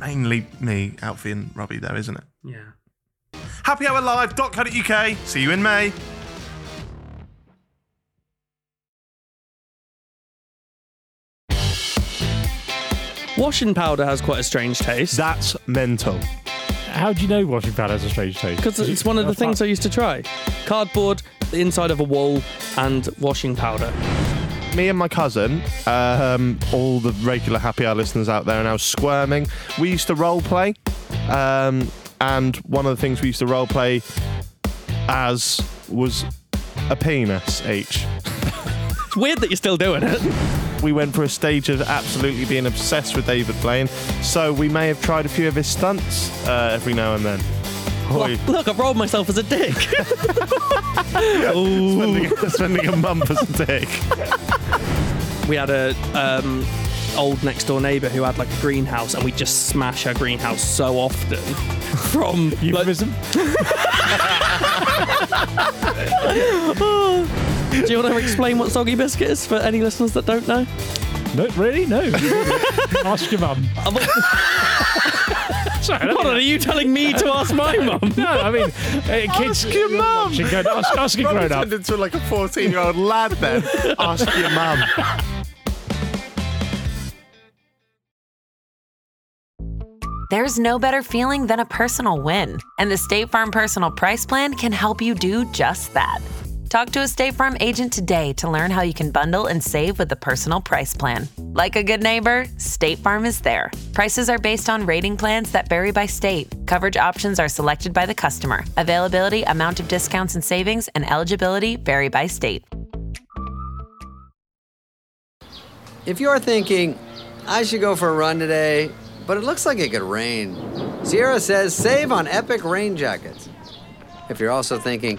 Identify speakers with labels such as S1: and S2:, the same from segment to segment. S1: Mainly me, Alfie, and Robbie, though, isn't it?
S2: Yeah.
S1: happyhourlive.co.uk. See you in May.
S3: Washing powder has quite a strange taste.
S4: That's mental.
S5: How do you know washing powder has a strange taste?
S3: Because it's one of the things I used to try cardboard, the inside of a wall, and washing powder.
S4: Me and my cousin, um, all the regular happy hour listeners out there are now squirming. We used to role play, um, and one of the things we used to role play as was a penis each.
S3: It's weird that you're still doing it.
S4: We went for a stage of absolutely being obsessed with David Blaine, so we may have tried a few of his stunts uh, every now and then. Oi,
S3: Look, I've rolled myself as a dick.
S4: spending, spending a month as a dick.
S3: we had a um, old next door neighbour who had like a greenhouse, and we just smash her greenhouse so often from like,
S5: Euphemism?
S3: Do you want to explain what soggy biscuit is for any listeners that don't know?
S5: no, really? No. Ask your mum.
S3: I'm like, Hold on, are you telling me to ask my mum?
S5: No, I mean, uh, kids.
S4: your mum.
S5: She go, ask, ask a grown up.
S4: into like a 14 year old lad then. Ask your mum.
S6: There's no better feeling than a personal win, and the State Farm Personal Price Plan can help you do just that. Talk to a State Farm agent today to learn how you can bundle and save with the Personal Price Plan. Like a good neighbor, State Farm is there. Prices are based on rating plans that vary by state. Coverage options are selected by the customer. Availability, amount of discounts and savings, and eligibility vary by state.
S7: If you're thinking, I should go for a run today, but it looks like it could rain, Sierra says save on epic rain jackets. If you're also thinking,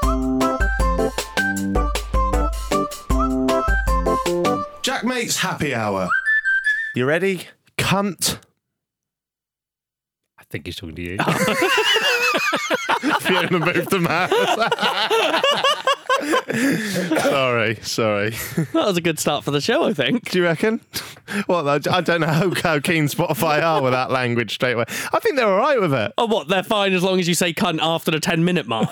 S4: Jack Mate's happy hour. You ready? Cunt.
S5: I think he's talking to you.
S4: Fiona moved the mouse. sorry, sorry.
S3: That was a good start for the show, I think.
S4: Do you reckon? Well, I I don't know how, how keen Spotify are with that language straight away. I think they're all right with it.
S3: Oh, what? They're fine as long as you say cunt after the 10 minute mark.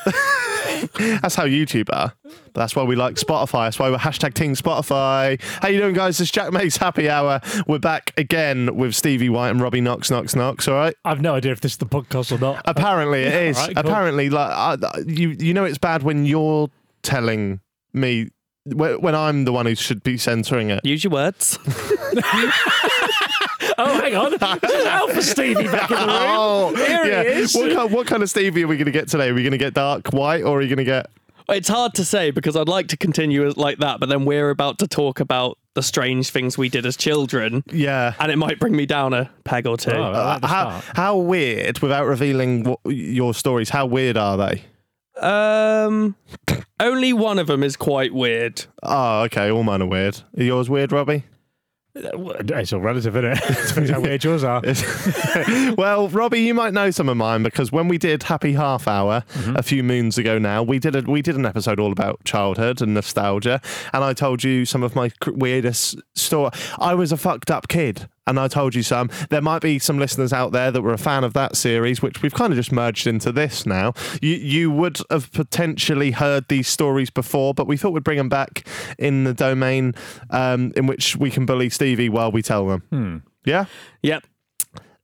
S4: That's how YouTube are. But that's why we like Spotify. That's why we're hashtag Team Spotify. How you doing, guys? This is Jack Mate's happy hour. We're back again with Stevie White and Robbie Knox, Knox, Knox. All right.
S5: I've no idea if this is the podcast or not.
S4: Apparently, it is.
S5: alright, cool.
S4: Apparently, like I, you, you know, it's bad when you're telling me wh- when I'm the one who should be censoring it.
S3: Use your words.
S5: oh, hang on. There's Alpha Stevie back in the room.
S4: Oh,
S5: Here he is.
S4: What kind, what kind of Stevie are we going to get today? Are we going to get dark white, or are we going to get?
S3: It's hard to say because I'd like to continue like that, but then we're about to talk about the strange things we did as children,
S4: Yeah.
S3: and it might bring me down a peg or two.
S5: Oh, I like the
S4: how,
S5: start.
S4: how weird, without revealing what, your stories, how weird are they?
S3: Um, only one of them is quite weird.
S4: Oh, okay. All mine are weird. Are yours weird, Robbie?
S5: uh, It's all relative, isn't it? Depends how weird yours are.
S4: well, Robbie, you might know some of mine because when we did Happy Half Hour a few moons ago now, we did a, we did an episode all about childhood and nostalgia, and I told you some of my cr- weirdest story. I was a fucked up kid. And I told you some. There might be some listeners out there that were a fan of that series, which we've kind of just merged into this now. You you would have potentially heard these stories before, but we thought we'd bring them back in the domain um, in which we can bully Stevie while we tell them. Yeah.
S3: Yep.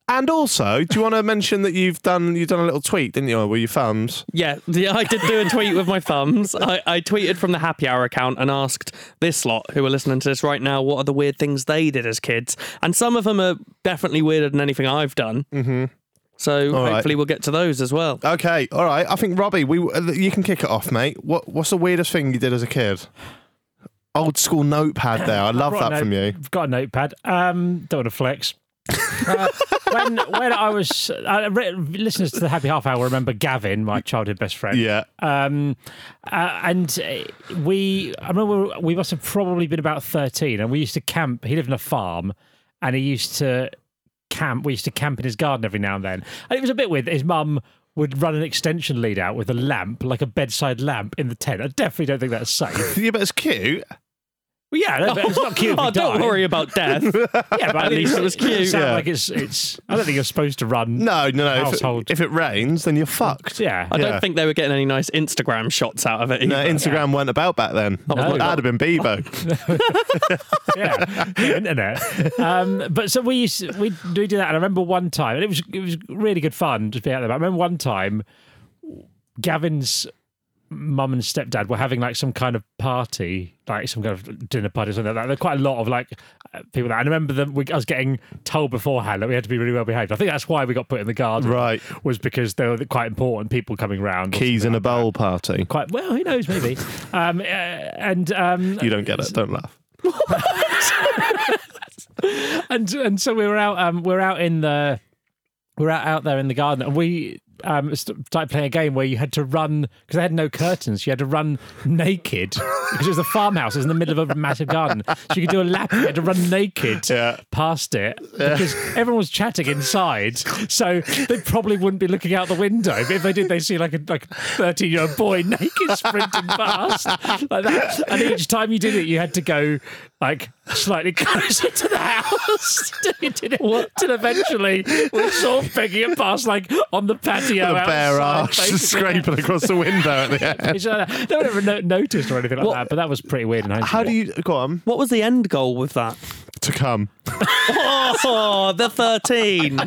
S4: And also, do you want to mention that you've done you've done a little tweet, didn't you, with your thumbs?
S3: Yeah, the- I did do a tweet with my thumbs. I, I tweeted from the happy hour account and asked this lot who are listening to this right now what are the weird things they did as kids. And some of them are definitely weirder than anything I've done. Mm-hmm. So
S4: right.
S3: hopefully we'll get to those as well.
S4: Okay, all right. I think Robbie, we uh, you can kick it off, mate. What what's the weirdest thing you did as a kid? Old school notepad there. I love
S5: Right,
S4: that
S5: no-
S4: from you.
S5: I've got a notepad. Um, don't want to flex. Uh, when when I was uh, re- listeners to the Happy Half Hour, remember Gavin, my childhood best friend.
S4: Yeah.
S5: Um, uh, and uh, we, I remember we must have probably been about thirteen, and we used to camp. He lived on a farm, and he used to camp. We used to camp in his garden every now and then, and it was a bit weird. that His mum would run an extension lead out with a lamp, like a bedside lamp, in the tent. I definitely don't think that's safe.
S4: Yeah, but it's cute.
S5: well, yeah, no, but it's not cute. if
S3: Oh,
S5: you
S3: don't
S5: die.
S3: worry about death.
S5: Yeah, but
S3: At least it was cute.
S5: sound
S4: Yeah.
S5: like it's it's. I don't think you're supposed to run.
S4: No, no, no. If
S5: Household.
S4: it, if it rains, then you're fucked.
S5: Yeah.
S3: I
S4: Yeah.
S3: don't think they were getting any nice Instagram shots out of it.
S4: No,
S3: either.
S4: Instagram weren't about back then.
S5: No.
S4: That'd have been Bebo.
S5: yeah, the internet. Um, but so we used to, we we do that, and I remember one time, and it was it was really good fun just being out there. But I remember one time, Gavin's mum and stepdad were having like some kind of party, like some kind of dinner party or something like that. There were quite a lot of like uh, people. That, and I remember them. We, I was getting told beforehand that we had to be really well behaved. I think that's why we got put in the garden,
S4: Right.
S5: Was because there were quite important people coming round. or
S4: Keys in a bowl party.
S5: Quite well, who knows? Maybe, um, uh, and um,
S4: You don't get it. Don't laugh.
S5: and and so we were out um we we're out in the we we're out, out there in the garden and we um st- started playing a game where you had to run because they had no curtains you had to run naked because it was a farmhouse it was in the middle of a massive garden so you could do a lap you had to run naked
S4: Yeah.
S5: past it because everyone was chatting inside so they probably wouldn't be looking out the window but if they did they'd see like a like 13 year old boy naked sprinting past like that and each time you did it you had to go like slightly closer to the house you did it till eventually we saw Peggy and past like on the
S4: the
S5: patio
S4: bare
S5: outside,
S4: arse
S5: basically.
S4: scraping across the window at the end.
S5: It's like that. no one ever no- noticed or anything like that but that was pretty weird in hindsight.
S4: How do you go on
S3: What was the end goal with that?
S4: to come?
S3: Oh, the 13.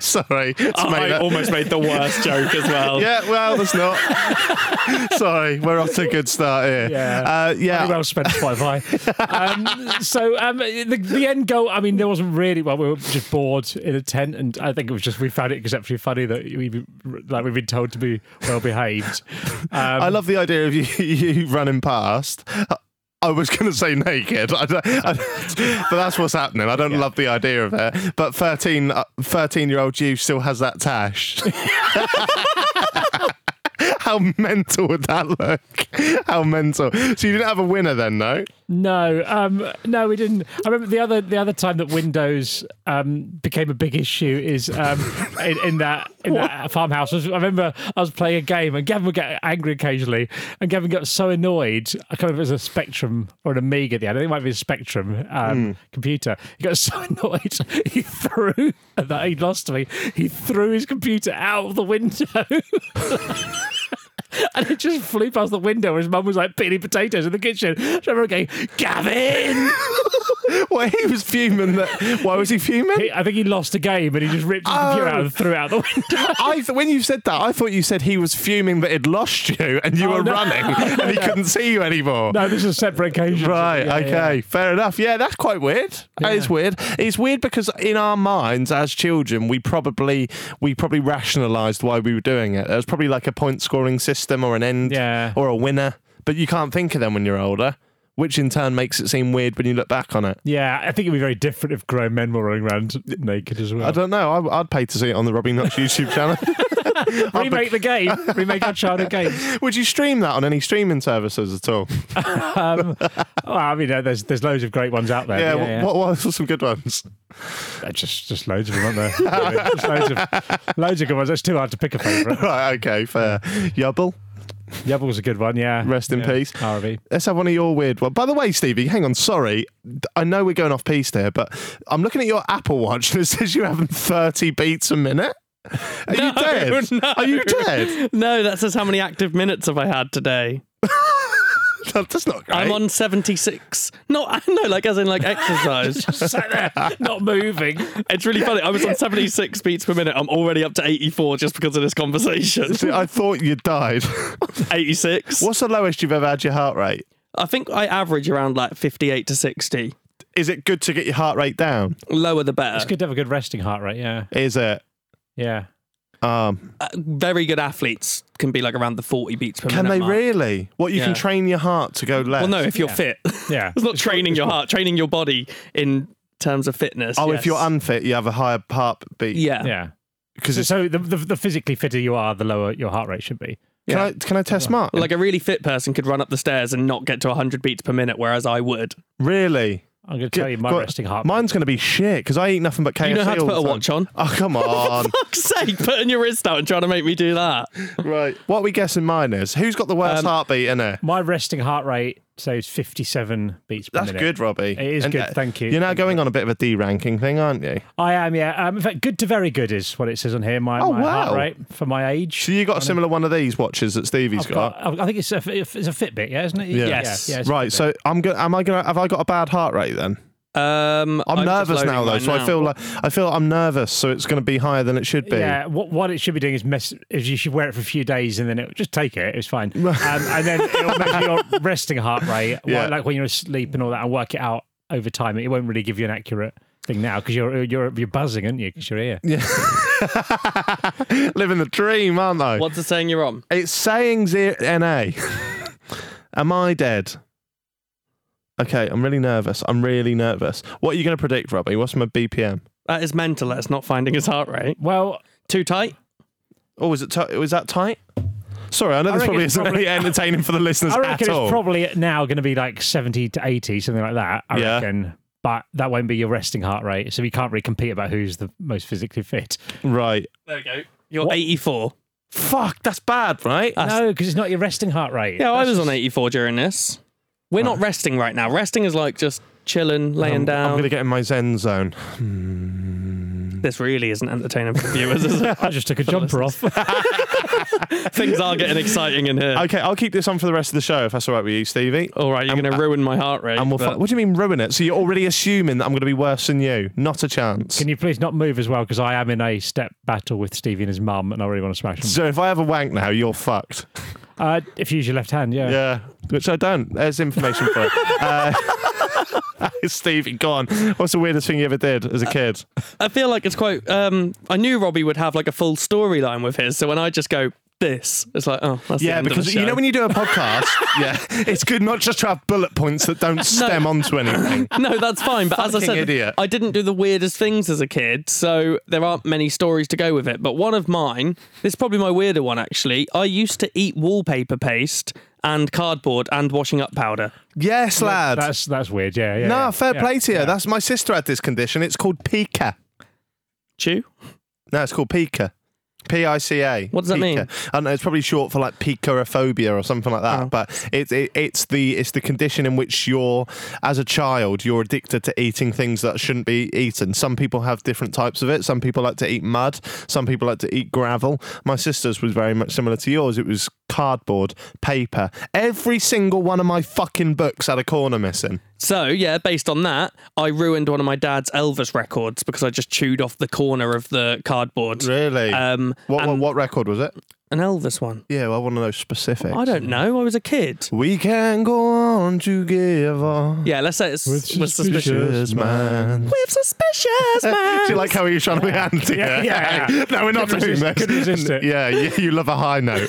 S4: Sorry, to make
S3: I
S4: that-
S3: almost made the worst joke as well.
S4: Yeah, well, that's not. Sorry, we're off to a good start here.
S5: Yeah.
S4: uh, yeah.
S5: Very well spent Spotify. um, so um, the, the end goal, I mean, there wasn't really. Well, we were just bored in a tent, and I think it was just we found it exceptionally funny that we like we've been told to be well behaved. Um,
S4: I love the idea of you, you running past. I was going to say naked, I don't- I- but that's what's happening. I don't love the idea of it. But 13, uh, 13 year old you still has that tash. How mental would that look? How mental. So you didn't have a winner then, no?
S5: No, um, no, we didn't. I remember the other the other time that Windows um, became a big issue is um, in, in that in that farmhouse. I was- I remember I was playing a game and Gavin would get angry occasionally, and Gavin got so annoyed. I can't remember if it was a Spectrum or an Amiga. At the end, I think it might be a Spectrum um, computer. He got so annoyed he threw that he lost me. He threw his computer out of the window. And it just flew past the window. and His mum was like peeling potatoes in the kitchen. So I remember going, Gavin!
S4: Well, he was fuming. That, why was he fuming?
S5: He- I think he lost a game and he just ripped his computer out and threw it out the window.
S4: I th- when you said that, I thought you said he was fuming that he'd lost you and you
S5: Oh,
S4: were
S5: no.
S4: running and he couldn't see you anymore.
S5: No, this is a separate occasion.
S4: Right,
S5: Yeah, yeah.
S4: okay, fair enough. Yeah, that's quite weird. That is weird. It's weird because in our minds as children, we probably we probably rationalized why we were doing it. There was probably like a point scoring system or an end
S5: Yeah.
S4: or a winner, but you can't think of them when you're older, which in turn makes it seem weird when you look back on it.
S5: Yeah, I think it'd be very different if grown men were running around naked as well.
S4: I don't know. I, I'd pay to see it on the Robbie Knox YouTube channel.
S5: Remake the game. Remake our childhood game.
S4: Would you stream that on any streaming services at all?
S5: Um, Well, I mean, uh, there's there's loads of great ones out there.
S4: Yeah, wh- What, what were some good ones?
S5: Uh, Just just loads of them, aren't there? Yeah, just loads of loads of good ones. It's too hard to pick a favourite.
S4: Right, okay, fair. Yubble,
S5: Yubble's a good one. Yeah.
S4: rest in
S5: Yeah.
S4: peace.
S5: RV.
S4: Let's have one of your weird ones. By the way, Stevie, hang on. Sorry, D- I know we're going off piece there, but I'm looking at your Apple Watch and it says you're having 30 beats a minute. Are you dead?
S3: no.
S4: Are you dead?
S3: No, that says how many active minutes have I had today.
S4: That's not great.
S3: I'm on 76. No, I know, like as in like exercise.
S5: sat there, not moving.
S3: it's really funny. I was on 76 beats per minute. I'm already up to 84 just because of this conversation.
S4: See, I thought you died.
S3: 86.
S4: What's the lowest you've ever had your heart rate?
S3: I think I average around like 58 to 60.
S4: Is it good to get your heart rate down?
S3: Lower the
S5: It's
S3: better.
S5: good to have a good resting heart rate. Yeah,
S4: Is it?
S5: yeah.
S4: Um,
S3: Uh, very good athletes can be like around the 40 beats per
S4: can
S3: minute.
S4: they
S3: mark.
S4: really? What you
S3: Yeah.
S4: can train your heart to go left?
S3: Well, no, if you're fit.
S5: Yeah.
S3: it's not training your heart, training your body in terms of fitness.
S4: Oh,
S3: yes.
S4: if you're unfit, you have a higher heartbeat.
S3: Yeah.
S5: Yeah.
S4: Because it's.
S5: So the, the the physically fitter you are, the lower your heart rate should be.
S4: Can I can I test Mark?
S3: Like a really fit person could run up the stairs and not get to 100 beats per minute, whereas I would.
S4: really?
S5: I'm going to tell you my
S4: Got-
S5: resting heart.
S4: Mine's going to be shit because I eat nothing but KFC.
S3: You know how to
S4: all
S3: put
S4: the
S3: a
S4: time.
S3: watch on.
S4: Oh come on!
S3: Fuck's sake, putting your wrist out and trying to make me do that.
S4: right. What are we guessing mine is? Who's got the worst
S3: Um,
S4: heartbeat in it?
S5: my resting heart rate so it's 57 beats per
S4: That's
S5: minute.
S4: good, Robbie. It
S5: is good, thank you.
S4: You're now going on a bit of a de-ranking thing, aren't you?
S5: I am, yeah. Um, in fact, good to very good is what it says on here. My,
S4: Oh,
S5: my
S4: wow.
S5: heart rate for my age.
S4: So you got a similar one of these watches that Stevie's
S5: I've got- I've- I think it's a, it's a Fitbit, yeah, isn't it? Yeah.
S3: Yes.
S5: Yeah, it's a
S4: Right,
S5: Fitbit.
S4: so I'm going. Am I going? to Have I got a bad heart rate then?
S3: Um,
S4: I'm,
S3: just
S4: nervous
S3: loading
S4: now though,
S3: right
S4: so I
S3: now.
S4: feel like I feel I'm nervous. So it's going to be higher than it should be.
S5: Yeah, what, what it should be doing is, mess, is you should wear it for a few days and then it just take it. It's fine, um, and then it'll measure your resting heart rate, wh-
S4: Yeah.
S5: like when you're asleep and all that, and work it out over time. It won't really give you an accurate thing now because you're you're you're buzzing, aren't you? Because you're here.
S4: Living the dream, aren't I?
S3: What's the saying you're on?
S4: It's saying zero NA. Am I dead? Okay, I'm really nervous. I'm really nervous. What are you going to predict, Robbie? What's my BPM?
S3: That is mental. That's not finding his heart rate.
S5: Well,
S3: Too tight.
S4: Oh, is it? T- was that tight? Sorry, I know this
S5: reckon
S4: probably
S5: it's
S4: isn't really
S5: probably-
S4: entertaining for the listeners
S5: I
S4: at
S5: reckon
S4: all.
S5: it's probably now going to be like 70 to 80, something like that. I
S4: Yeah.
S5: reckon. But that won't be your resting heart rate. So we can't really compete about who's the most physically fit.
S4: right.
S3: There we go. You're 84.
S4: Fuck, that's bad, right?
S5: No, because it's not your resting heart rate.
S3: Yeah, I
S5: That's
S3: was on
S5: just-
S3: 84 during this. We're not resting right now. Resting is like just chilling, laying
S4: I'm
S3: down.
S4: going to get in my zen zone.
S3: This really isn't entertaining for viewers. Is it?
S5: I just took a jumper off.
S3: Things are getting exciting in here.
S4: Okay, I'll keep this on for the rest of the show if that's all right with you, Stevie.
S5: Oh,
S3: All right, you're going to ruin my heart rate.
S4: And we'll
S3: but-
S4: fi- what do you mean ruin it? So you're already assuming that I'm going to be worse than you? Not a chance.
S5: Can you please not move as well? Because I am in a step battle with Stevie and his mum, and I really want to smash him.
S4: so if I have a wank now, you're fucked.
S5: Uh, if you use your left hand, yeah.
S4: Yeah, which I don't. There's information for it. Uh, Stevie, go on. What's the weirdest thing you ever did as a kid?
S3: I feel like it's quite. Um, I knew Robbie would have like a full storyline with his. So when I just go this, it's like, oh, that's
S4: Yeah,
S3: the end
S4: because
S3: of the
S4: you know when you do a podcast, yeah, it's good not just to have bullet points that don't stem onto anything.
S3: No, that's fine. But as I
S4: Fucking
S3: said,
S4: idiot.
S3: I didn't do the weirdest things as a kid, so there aren't many stories to go with it. But one of mine, this is probably my weirder one actually. I used to eat wallpaper paste and cardboard and washing up powder.
S4: Yes, lad.
S5: That's that's weird. Yeah. yeah
S4: no,
S5: yeah,
S4: fair
S5: yeah.
S4: play to you. That's my sister had this condition. It's called pica.
S3: Chew?
S4: No, it's called pica. P I C A.
S3: What does that
S4: Pica.
S3: mean?
S4: I don't know. It's probably short for like picarophobia or something like
S3: Oh.
S4: that. But it's it, it's the it's the condition in which you're as a child you're addicted to eating things that shouldn't be eaten. Some people have different types of it. Some people like to eat mud. Some people like to eat gravel. My sister's was very much similar to yours. It was cardboard, paper. Every single one of my fucking books had a corner missing.
S3: So yeah, based on that, I ruined one of my dad's Elvis records because I just chewed off the corner of the cardboard.
S4: Really?
S3: Um,
S4: what, what what record was it?
S3: An Elvis one.
S4: Yeah, well, I want to know specifics.
S3: I don't know. I was a kid.
S4: We can go on together.
S3: Yeah, let's say it's
S5: With
S3: was suspicious.
S4: Yes, man.
S3: With suspicious man.
S4: Do you like how you're trying to be anti?
S5: Yeah, yeah, yeah.
S4: no, we're not
S5: Couldn't
S4: doing
S5: resist-
S4: this.
S5: couldn't resist it.
S4: Yeah, you, you love a high note.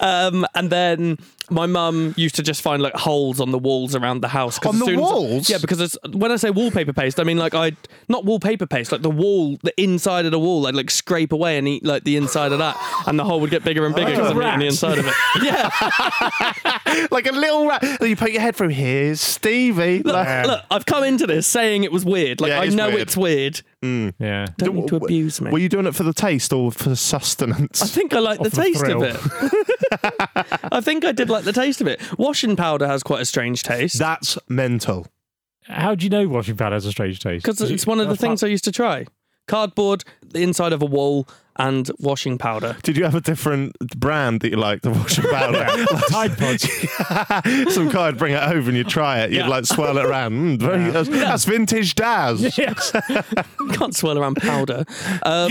S3: And then my mum used to just find like holes on the walls around the house. 'cause
S4: On
S3: as
S4: the
S3: soon as-
S4: walls?
S3: yeah, because it's, when I say wallpaper paste, I mean like I not wallpaper paste, like the wall, the inside of the wall. I'd like scrape away and eat like the inside of that, and the hole would get bigger and bigger because I'm eating the
S5: Rats.
S3: inside of it. Yeah,
S4: like a little rat. You poke your head through. Here's Stevie. Like,
S3: look, I've come into this saying it was weird. Like
S4: Yeah, it
S3: I
S4: is
S3: know
S4: weird.
S3: it's weird.
S5: Yeah.
S3: Don't need to abuse me.
S4: Were you doing it for the taste or for sustenance?
S3: I think I like the
S5: the
S3: taste of
S5: thrill.
S3: it. I think I did like the taste of it. Washing powder has quite a strange taste
S4: That's mental.
S5: How do you know washing powder has a strange taste?
S3: because it's one of the
S5: That's part-
S3: things I used to try. cardboard, the inside of a wall, and washing powder.
S4: Did you have a different brand that you liked the washing powder?
S5: Tide Pods.
S4: Some guy would bring it over and you'd try it. You'd
S3: Yeah.
S4: like swirl it around. Mm, very, that's, that's vintage Daz.
S5: yes.
S3: Can't swirl around powder. Um,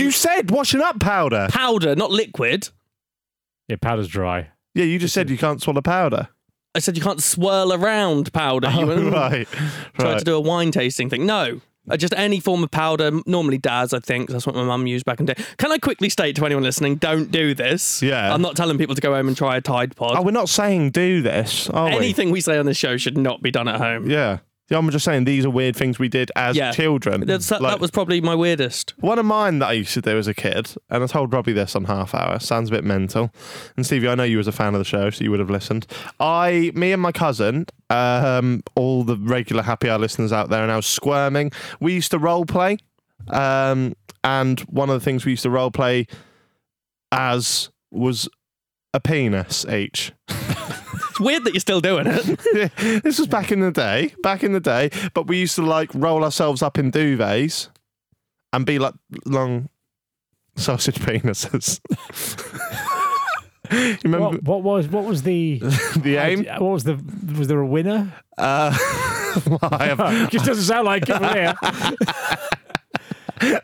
S4: you said washing up powder.
S3: powder, not liquid.
S5: Yeah, powder's dry.
S4: Yeah, you just said you can't swallow powder.
S3: I said you can't swirl around powder.
S4: Oh,
S3: You went, "Mm,
S4: right.
S3: tried
S4: Right.
S3: to do a wine tasting thing. No. Uh, Just any form of powder, m- normally Daz, I think. That's what my mum used back in the day. Can I quickly state to anyone listening, don't do this.
S4: Yeah.
S3: I'm not telling people to go home and try a Tide
S4: Oh,
S3: Pod.
S4: we're not saying do this, are
S3: Anything we say on this show should not be done at home.
S4: we? Yeah. Yeah, I'm just saying these are weird things we did as children.
S3: That's- that,
S4: Like-
S3: that was probably my weirdest.
S4: One of mine that I used to do as a kid, and I told Robbie this on half hour, sounds a bit mental. And Stevie, I know you was a fan of the show, so you would have listened. I, me and my cousin, um, all the regular happy hour listeners out there are now squirming. We used to role play, um, and one of the things we used to role play as was a penis each.
S3: It's weird that you're still doing it.
S4: this was back in the day, back in the day. But we used to like roll ourselves up in duvets and be like long sausage penises. you remember
S5: What, what was what was the
S4: the aim?
S5: what was the was there a winner?
S4: Uh, I have,
S5: It just doesn't sound like it from here.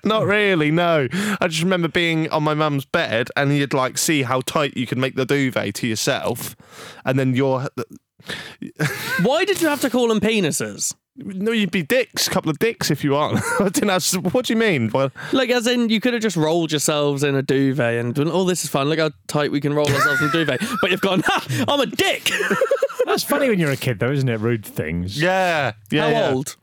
S4: not really, no. I just remember being on my mum's bed and you'd like see how tight you could make the duvet to yourself, and then your
S3: Why did you have to call them penises?
S4: no, you'd be dicks, couple of dicks if you aren't. I didn't ask, what do you mean? Well,
S3: Like, as in, you could have just rolled yourselves in a duvet and done, oh, this is fun. Look how tight we can roll ourselves in a duvet. But you've gone, ha, I'm a dick.
S5: That's funny when you're a kid, though, isn't it? Rude things.
S4: yeah, yeah.
S3: How
S4: yeah.
S3: old?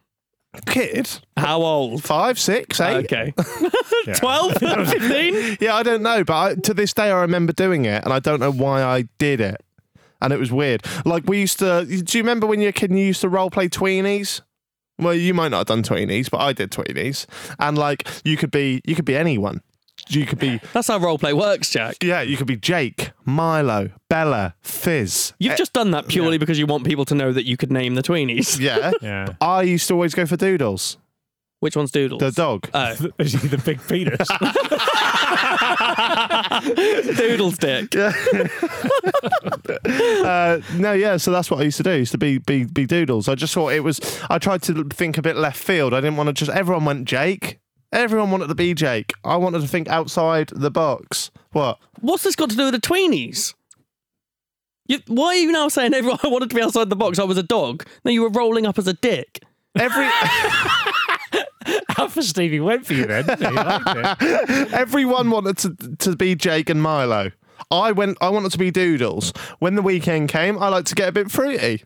S4: Kid,
S3: How old?
S4: five, six, eight.
S3: Okay. 12? 15?
S4: Yeah, I don't know, but I, to this day, I remember doing it, and I don't know why I did it. And it was weird. Like we used to. Do you remember when you were a kid and you used to role play tweenies? Well, you might not have done tweenies, but I did tweenies. And like you could be, you could be anyone. You could be,
S3: That's how roleplay works, Jack.
S4: yeah, you could be Jake, Milo, Bella, Fizz.
S3: You've just done that purely because you want people to know that you could name the tweenies.
S4: Yeah.
S5: Yeah.
S4: I used to always go for Doodles,
S3: Which one's Doodles?
S4: the dog.
S3: oh,
S5: Is he the big penis?
S3: Doodles dick.
S4: Uh, no, yeah. So that's what I used to do. Used to be, be be doodles. I just thought it was. I tried to think a bit left field. I didn't want to just. Everyone went Jake. Everyone wanted to be Jake. I wanted to think outside the box. What?
S3: What's this got to do with the tweenies? You, why are you now saying everyone I wanted to be outside the box? I was a dog. No, you were rolling up as a dick.
S4: Every
S5: Alpha Stevie went for you then. didn't He He liked it.
S4: everyone wanted to to be Jake and Milo. I went. I wanted to be Doodles. When the weekend came, I like to get a bit fruity.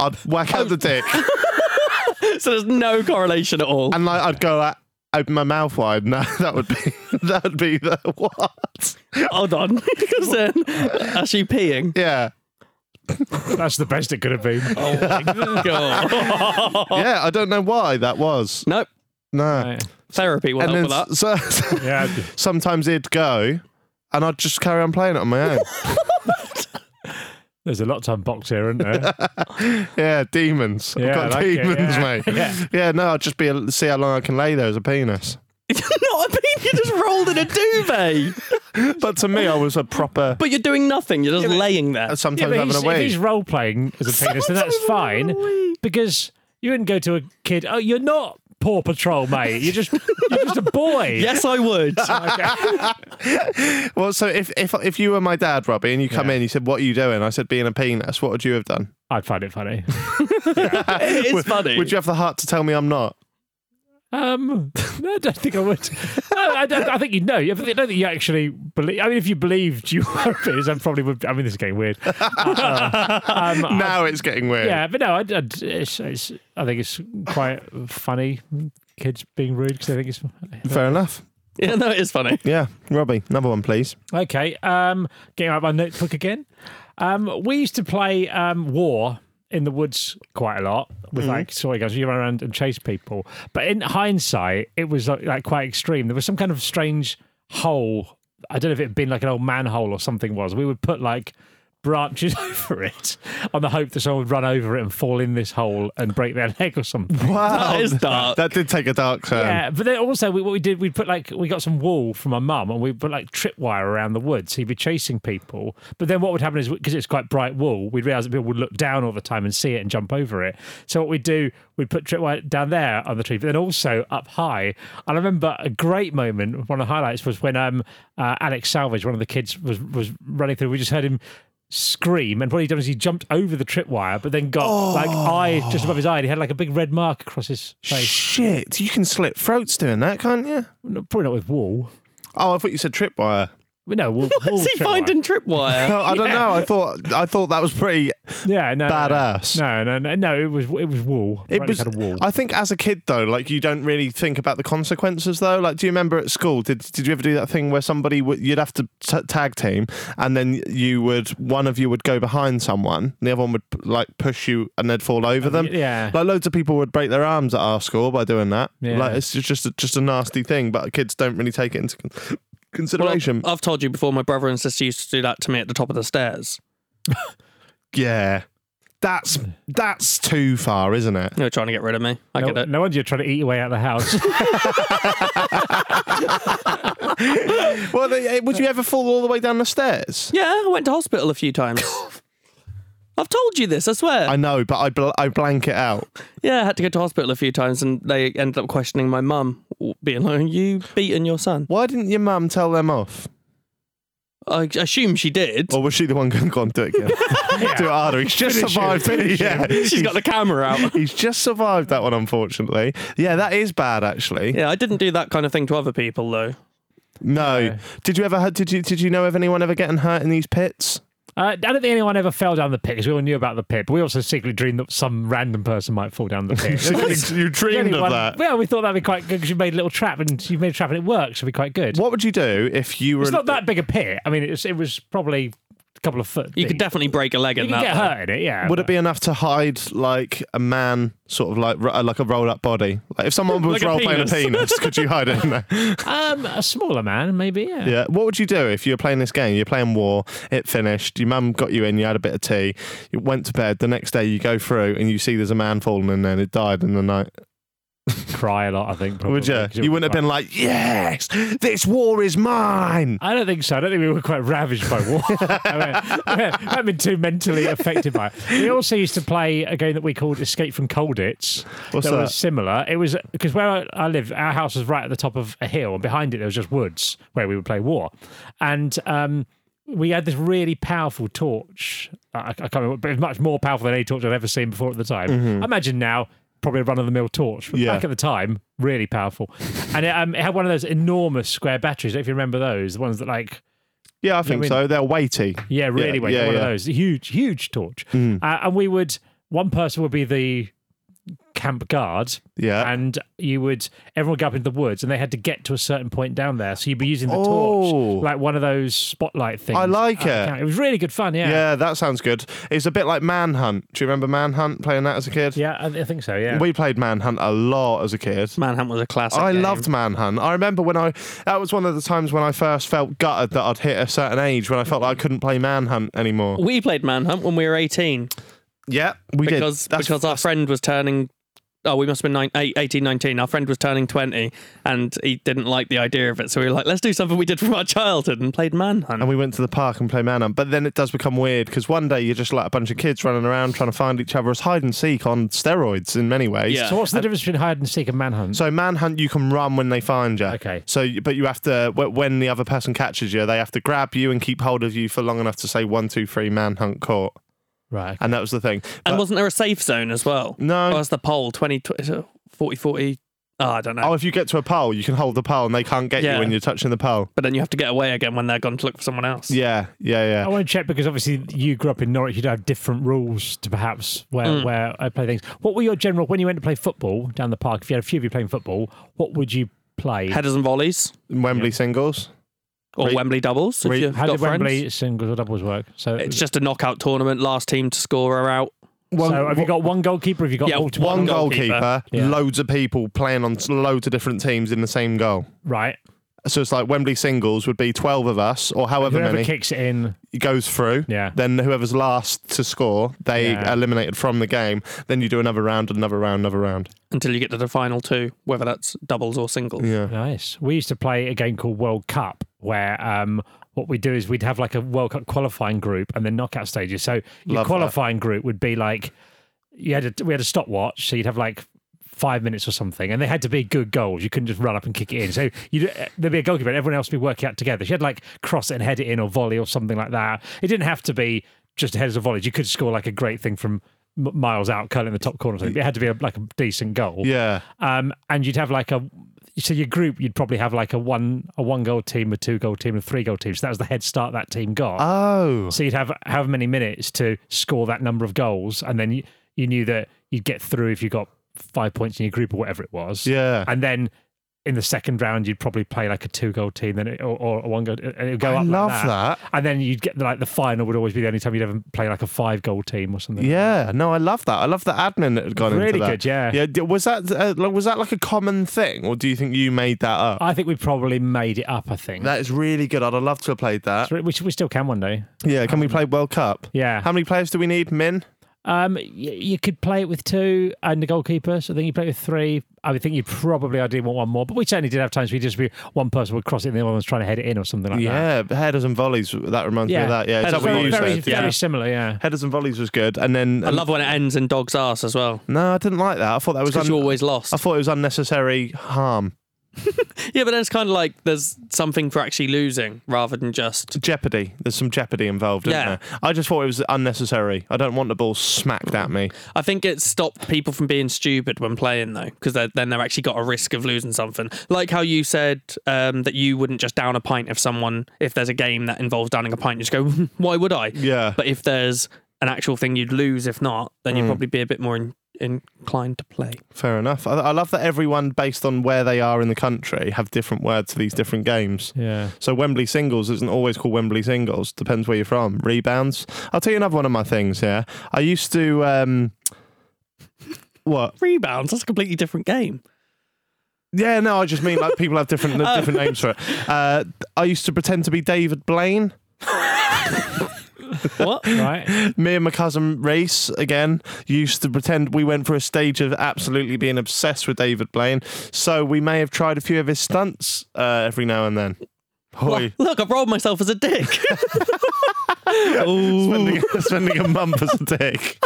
S4: I'd whack out the dick
S3: So there's no correlation at all.
S4: and like I'd go at, open my mouth wide. No, that would be that would be the what?
S3: Hold on. Because then, are she peeing?
S4: Yeah.
S5: That's the best it could have been.
S3: God.
S4: Yeah, I don't know why that was.
S3: Nope.
S4: No.
S3: Therapy will
S4: And
S3: help
S4: then
S3: with that.
S4: so,
S5: Yeah.
S4: sometimes it'd go and I'd just carry on playing it on my own.
S5: There's a lot to unbox here, isn't there?
S4: yeah, demons.
S5: Yeah,
S4: I've
S5: I
S4: got
S5: like it,
S4: demons,
S5: yeah.
S4: mate. Yeah. no, I'd just be a, see how long I can lay there as a penis.
S3: not a peen. You just rolled in a duvet.
S4: But to me, I was a proper.
S3: But you're doing nothing. You're just laying there.
S4: Sometimes
S5: but
S4: having
S5: he's,
S4: a
S5: if
S4: wee.
S5: he's role playing as a penis, then that's fine. Because you wouldn't go to a kid, oh, you're not Paw Patrol, mate. You're just, you're just a boy.
S3: Yes, I would.
S4: Well, so if, if if you were my dad, Robbie, and you come
S5: Yeah.
S4: in, you said, "What are you doing?" I said, "Being a penis." What would you have done?
S5: I'd find it funny.
S3: It is funny.
S4: Would you have the heart to tell me I'm not?
S5: Um, no, I don't think I would. No, I, don't, I think you know. I don't think you actually believe. I mean, if you believed you were a penis, I probably would. I mean, this is getting weird. Uh, um, I-
S4: now it's getting weird.
S5: yeah, but no, I, I, it's, it's, I think it's quite funny. Kids being rude because they think it's
S4: Fair enough.
S3: yeah, no, it is funny.
S4: Yeah, Robbie, another one, please.
S5: Okay, um, getting out my notebook again. Um, we used to play um, war in the woods quite a lot with like soy guns. You run around and chase people, but in hindsight, it was like, like quite extreme. There was some kind of strange hole. I don't know if it had been like an old manhole or something was. We would put like branches over it on the hope that someone would run over it and fall in this hole and break their leg or something.
S4: Wow.
S3: That is dark.
S4: That did take a dark turn.
S5: Yeah, but then also we, what we did, we put like we got some wool from my mum, and we put like tripwire around the woods. He'd be chasing people, but then what would happen is because it's quite bright wool, we'd realise that people would look down all the time and see it and jump over it. So what we'd do, we'd put tripwire down there on the tree, but then also up high. And I remember a great moment. One of the highlights was when um uh, Alex Salvage, one of the kids, was was running through. We just heard him. Scream and what he done is he jumped over the tripwire, but then got like eye just above his eye. And he had like a big red mark across his face.
S4: Shit, you can slit throats doing that, can't you?
S5: No, Probably not with wool.
S4: Oh, I thought you said tripwire.
S5: But No, we'll, we'll
S3: What's he
S5: trip
S3: finding
S5: wire.
S3: tripwire?
S4: No, I don't know. I thought I thought that was pretty.
S5: Yeah, no, no, no.
S4: Badass.
S5: No, no, no, no. It was it was wool.
S4: It
S5: Riley
S4: was.
S5: had a wool.
S4: I think as a kid though, like you don't really think about the consequences though. Like, do you remember at school? Did did you ever do that thing where somebody would you'd have to t- tag team, and then you would one of you would go behind someone, and the other one would like push you, and they'd fall over them.
S5: yeah.
S4: Like loads of people would break their arms at our school by doing that.
S5: Yeah.
S4: Like it's just just a nasty thing, but kids don't really take it into con-
S3: Well,
S4: consideration.
S3: I've told you before, my brother and sister used to do that to me at the top of the stairs.
S4: yeah. That's that's too far, isn't it?
S3: They were trying to get rid of me. I
S5: no,
S3: get it.
S5: no wonder you're trying to eat your way out of the house. Uh,
S4: Well, they, eh, would you ever fall all the way down the stairs?
S3: Yeah, I went to hospital a few times. I've told you this, I swear.
S4: I know, but I bl- I blank it out.
S3: yeah, I had to go to hospital a few times and they ended up questioning my mum, being like, You beaten your son?
S4: Why didn't your mum tell them off?
S3: I assume she did.
S4: Or was she the one going, go on, do it again? Do it harder. He's just survived it. Yeah.
S3: She's got the camera out.
S4: He's just survived that one, unfortunately. Yeah, that is bad, actually.
S3: Yeah, I didn't do that kind of thing to other people, though.
S4: No, did you ever? Did you? Did you know of anyone ever getting hurt in these pits?
S5: uh, I don't think anyone ever fell down the pit because we all knew about the pit. But we also secretly dreamed that some random person might fall down the pit.
S4: you dreamed
S5: Anyone- Well, we thought that'd be quite good because you made a little trap and you made a trap and it worked, so it'd be quite good.
S4: What would you do if you were?
S5: It's not that big a pit. I mean, it was, it was probably a couple of foot.
S3: You could
S5: definitely
S3: definitely break a leg in
S5: you
S3: that.
S5: could get
S3: though.
S5: hurt in it. Yeah.
S4: Would it be enough to hide like a man, sort of like ro- like a rolled up body? Like if someone was
S3: Like a
S4: role playing a
S3: penis.
S4: penis, could you hide it in there?
S5: um, a smaller man? Maybe. Yeah.
S4: Yeah. What would you do if you were playing this game? You're playing War. It finished. Your mum got you in. You had a bit of tea. You went to bed. The next day, you go through and you see there's a man fallen in there and it died in the night.
S5: Cry a lot. I think. Probably,
S4: Would you?
S5: 'cause it
S4: You
S5: was
S4: wouldn't have
S5: quite-
S4: been like, yes, this war is mine.
S5: I don't think so. I don't think we were quite ravaged by war. I mean, I've been too mentally affected by it. We also used to play a game that we called Escape from Colditz.
S4: What's that?
S5: was similar. It was because where I, I lived, our house was right at the top of a hill, and behind it there was just woods where we would play war, and. Um, we had this really powerful torch. I, I can't remember, but it was much more powerful than any torch I'd ever seen before at the time. I imagine now, probably a run of the mill torch. But
S4: Yeah.
S5: Back at the time, really powerful. and it, um, it had one of those enormous square batteries. If you remember those, the ones that like
S4: Yeah, I think
S5: mean-
S4: so. They're weighty.
S5: yeah, really
S4: Yeah,
S5: weighty.
S4: yeah,
S5: one
S4: yeah. Mm-hmm.
S5: of those. Huge, huge torch. Uh, and we would, one person would be the camp guard.
S4: Yeah.
S5: And you would, everyone would go up into the woods and they had to get to a certain point down there. So you'd be using the
S4: Oh.
S5: torch, like one of those spotlight things.
S4: I like
S5: at the
S4: it.
S5: camp. It was really good fun, yeah.
S4: Yeah, that sounds good. It's a bit like Manhunt. Do you remember Manhunt playing that as a kid?
S5: Yeah, I, I think so, yeah.
S4: We played Manhunt a lot as a kid.
S3: Manhunt was a classic.
S4: I
S3: game.
S4: loved Manhunt. I remember when I that was one of the times when I first felt gutted that I'd hit a certain age when I felt like I couldn't play Manhunt anymore.
S3: We played Manhunt when we were 18
S4: Yeah, we
S3: because
S4: did. That's-
S3: because our friend was turning. Oh, we must have been nine, eight, 18, 19. Our friend was turning 20 and he didn't like the idea of it. So we were like, let's do something we did from our childhood and played Manhunt.
S4: and we went to the park and played Manhunt. But then it does become weird because one day you're just like a bunch of kids running around trying to find each other. It's hide and seek on steroids in many ways.
S3: Yeah.
S5: so what's the difference between hide and seek and manhunt?
S4: So manhunt, you can run when they find you.
S5: Okay.
S4: So, but you have to wh- when the other person catches you, they have to grab you and keep hold of you for long enough to say one, two, three, manhunt caught.
S5: right.
S4: And that was the thing.
S3: and
S4: But-
S3: wasn't there a safe zone as well?
S4: No.
S3: Oh, that's the poll 20, 20 40, 40. Oh, I don't know.
S4: oh, if you get to a pole, you can hold the pole, and they can't get you
S3: Yeah.
S4: when you're touching the pole.
S3: But then you have to get away again when they're gone to look for someone else.
S4: Yeah, yeah,
S5: I
S4: yeah.
S5: want to check because obviously you grew up in Norwich. You'd have different rules to perhaps where where I play things. What were your general when you went to play football down the park? If you had a few of you playing football, what would you play?
S3: Headers and volleys
S4: Wembley singles.
S3: or
S4: Re-
S3: Wembley doubles if
S4: re-
S3: you've
S5: How
S3: got
S5: did
S3: friends.
S5: Wembley singles or doubles work? So,
S3: It's just a knockout tournament. Last team to score are out.
S5: so have you got one goalkeeper? Have you got
S3: Yeah,
S5: multiple?
S4: one
S3: goalkeeper.
S4: goalkeeper,
S5: Yeah.
S4: loads of people playing on s- loads of different teams in the same goal.
S5: Right.
S4: So it's like Wembley singles would be 12 of us or however
S5: Whoever
S4: many
S5: kicks it in,
S4: goes through.
S5: Yeah.
S4: Then whoever's last to score, they
S5: Yeah.
S4: eliminated from the game. Then you do another round, another round, another round.
S3: until you get to the final two, whether that's doubles or singles.
S4: Yeah.
S5: Nice. We used to play a game called World Cup where um, what we do is we'd have like a World Cup qualifying group and then knockout stages. So your
S4: Love that.
S5: qualifying group would be like you had a, we had a stopwatch, so you'd have like five minutes or something, and they had to be good goals. You couldn't just run up and kick it in. So you there'd be a goalkeeper, and everyone else would be working out together. She had like cross it and head it in or volley or something like that. It didn't have to be just headers or volleys. You could score like a great thing from. m- Miles out, curling in the top corner. or something. But It had to be a, like a decent goal
S4: Yeah.
S5: um, and you'd have like a so your group you'd probably have like a one a one goal team a two goal team and a three goal team so that was the head start that team got
S4: Oh.
S5: so you'd have however many minutes to score that number of goals and then you, you knew that you'd get through if you got five points in your group or whatever it was
S4: Yeah.
S5: and then in the second round you'd probably play like a two goal team then it, or, or a one goal and it would go
S4: I
S5: up like
S4: love
S5: that.
S4: that.
S5: and then you'd get like the final would always be the only time you'd ever play like a five goal team or something
S4: Yeah, no, I love that. I love the admin that had gone into
S5: Really
S4: that.
S5: good, yeah.
S4: yeah. d- Was that uh, like, was that like a common thing, or do you think you made that up?
S5: I think we probably made it up I think
S4: that is really good. I'd have loved to have played that.
S5: So we, we still can one day
S4: Yeah, can we play World Cup?
S5: yeah
S4: How many players do we need, Min?
S5: Um, y- you could play it with two and the goalkeeper. So I think you play it with three. I would think you probably ideally want one more, but we certainly did have times we just be one person would cross it and the other one was trying to head it in or something like that.
S4: yeah, headers and volleys. That reminds me of that. Yeah, is that
S3: Headers
S4: what
S5: very,
S4: you
S5: very,
S4: said?
S5: very
S3: Yeah.
S5: similar. Yeah,
S4: Headers and volleys was good, and then
S3: I love when it ends in dog's ass as well.
S4: No, I didn't like that. I thought that was
S3: Because
S4: un-
S3: you always lost.
S4: I thought it was unnecessary harm.
S3: yeah, but then it's kind of like there's something for actually losing rather than just.
S4: Jeopardy. There's some jeopardy involved. Isn't
S3: Yeah.
S4: there? I just thought it was unnecessary. I don't want the ball smacked at me.
S3: I think it stopped people from being stupid when playing though, because then they've actually got a risk of losing something. Like how you said um, that you wouldn't just down a pint if someone, if there's a game that involves downing a pint, you just go, why would I?
S4: Yeah.
S3: But if there's an actual thing you'd lose if not, then
S4: Mm.
S3: you'd probably be a bit more in- inclined to play.
S4: Fair enough. I, I love that everyone, based on where they are in the country, have different words for these different games.
S5: yeah.
S4: So Wembley singles isn't always called Wembley singles. Depends where you're from. Rebounds. I'll tell you another one of my things here. I used to. Um, what?
S3: Rebounds, that's a completely different game.
S4: Yeah, no, I just mean like people have different different names for it. Uh, I used to pretend to be David Blaine.
S3: What?
S5: Right.
S4: me and my cousin Reese again used to pretend we went through a stage of absolutely being obsessed with David Blaine. So we may have tried a few of his stunts uh, every now and then. Boy,
S3: Look, I've rolled myself as a dick.
S4: spending, spending a month as a dick.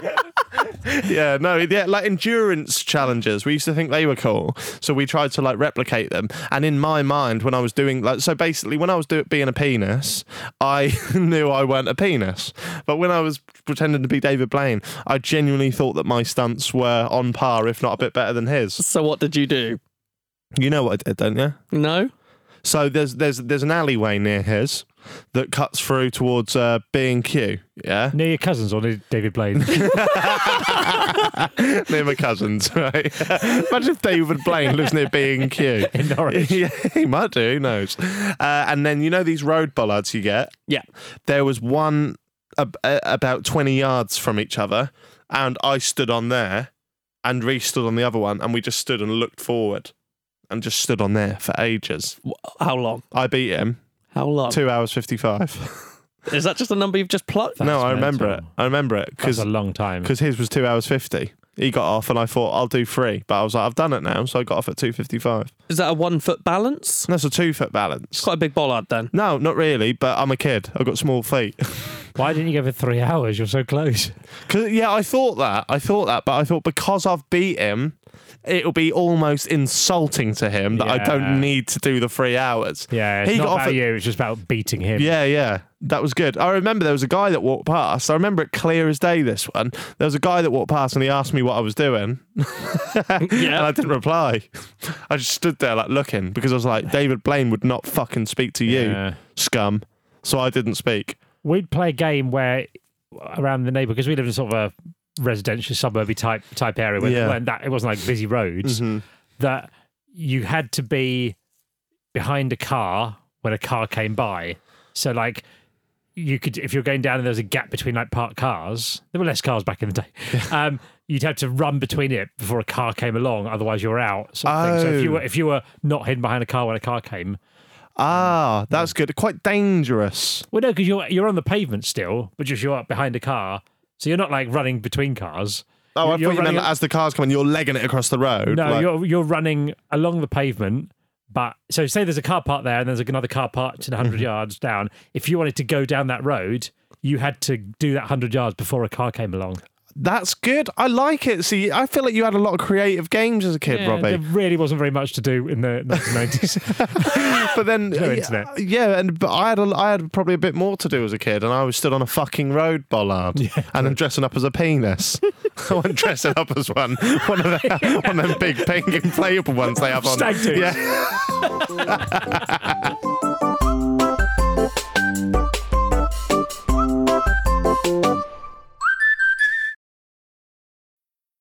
S4: yeah, no, yeah, like endurance challenges. We used to think they were cool, so we tried to like replicate them. And in my mind, when I was doing like, so basically, when I was do- being a penis, I knew I weren't a penis. But when I was pretending to be David Blaine, I genuinely thought that my stunts were on par, if not a bit better than his.
S3: so what did you do?
S4: You know what I did, don't you?
S3: No?
S4: So there's there's there's an alleyway near his that cuts through towards uh, B and Q. Yeah.
S5: Near your cousins or near David Blaine?
S4: near my cousins, right? Imagine if David Blaine lives near B and Q
S5: In Norwich.
S4: Yeah, he might do. Who knows? Uh, and then you know these road bollards you get.
S3: Yeah.
S4: There was one ab- uh, about twenty yards from each other, and I stood on there, and Reese stood on the other one, and we just stood and looked forward, and just stood on there for ages.
S3: Wh- How long?
S4: I beat him
S3: How
S5: Oh.
S3: long?
S4: two hours fifty five.
S3: Is that just a number you've just plucked?
S4: No, I remember it.
S5: mental.
S4: I remember it
S5: That's
S4: because
S5: a long time.
S4: because Mm. his was two hours fifty. He got off, and I thought I'll do three, but I was like, I've done it now, so I got off at two fifty-five.
S3: Is that a one foot balance?
S4: That's a two-foot balance.
S3: Quite a big bollard then.
S4: No, not really, but I'm a kid. I've got small feet.
S5: Why didn't you go for three hours? You're so close.
S4: 'Cause- yeah, I thought that. I thought that, but I thought because I've beat him, it'll be almost insulting to him that I
S5: Yeah.
S4: don't need to do the three hours.
S5: Yeah, it's
S4: he
S5: not
S4: got off
S5: about
S4: at
S5: you. It's just about beating him.
S4: Yeah, yeah. That was good. I remember there was a guy that walked past. I remember it clear as day this one. There was a guy that walked past and he asked me what I was doing. And I didn't reply. I just stood there like looking because I was like, David Blaine would not fucking speak to you,
S5: Yeah.
S4: scum. So I didn't speak.
S5: we'd play a game where around the neighbour because we lived in sort of a residential suburby type type area where
S4: Yeah. Mm-hmm.
S5: when that it wasn't like busy roads that you had to be behind a car when a car came by so like you could if you're going down and there was a gap between like parked cars there were less cars back in the day um you'd have to run between it before a car came along otherwise you're out sort of thing. so if you
S4: Oh.
S5: were if you were not hidden behind a car when a car came
S4: Ah, that's good. Quite dangerous.
S5: Well, no, because you're you're on the pavement still, but just you're up behind a car, so you're not like running between cars.
S4: Oh, I
S5: You're-
S4: thought you
S5: you're
S4: meant
S5: running-
S4: that as the car's coming, you're legging it across the road.
S5: No,
S4: like-
S5: you're you're running along the pavement, but so say there's a car park there, and there's another car parked in
S4: Mm-hmm.
S5: 100 yards down. If you wanted to go down that road, you had to do that 100 yards before a car came along.
S4: that's good. I like it. See, I feel like you had a lot of creative games as a kid, Robbie.
S5: There really wasn't very much to do in the 1990s.
S4: but then
S5: no
S4: yeah,
S5: internet.
S4: yeah, and but I had a, I had probably a bit more to do as a kid, and I was stood on a fucking road bollard, and I'm dressing up as a penis. I went dressing up as one, one of them, one of them big pink inflatable ones they have on.
S5: Stag do.
S4: Yeah,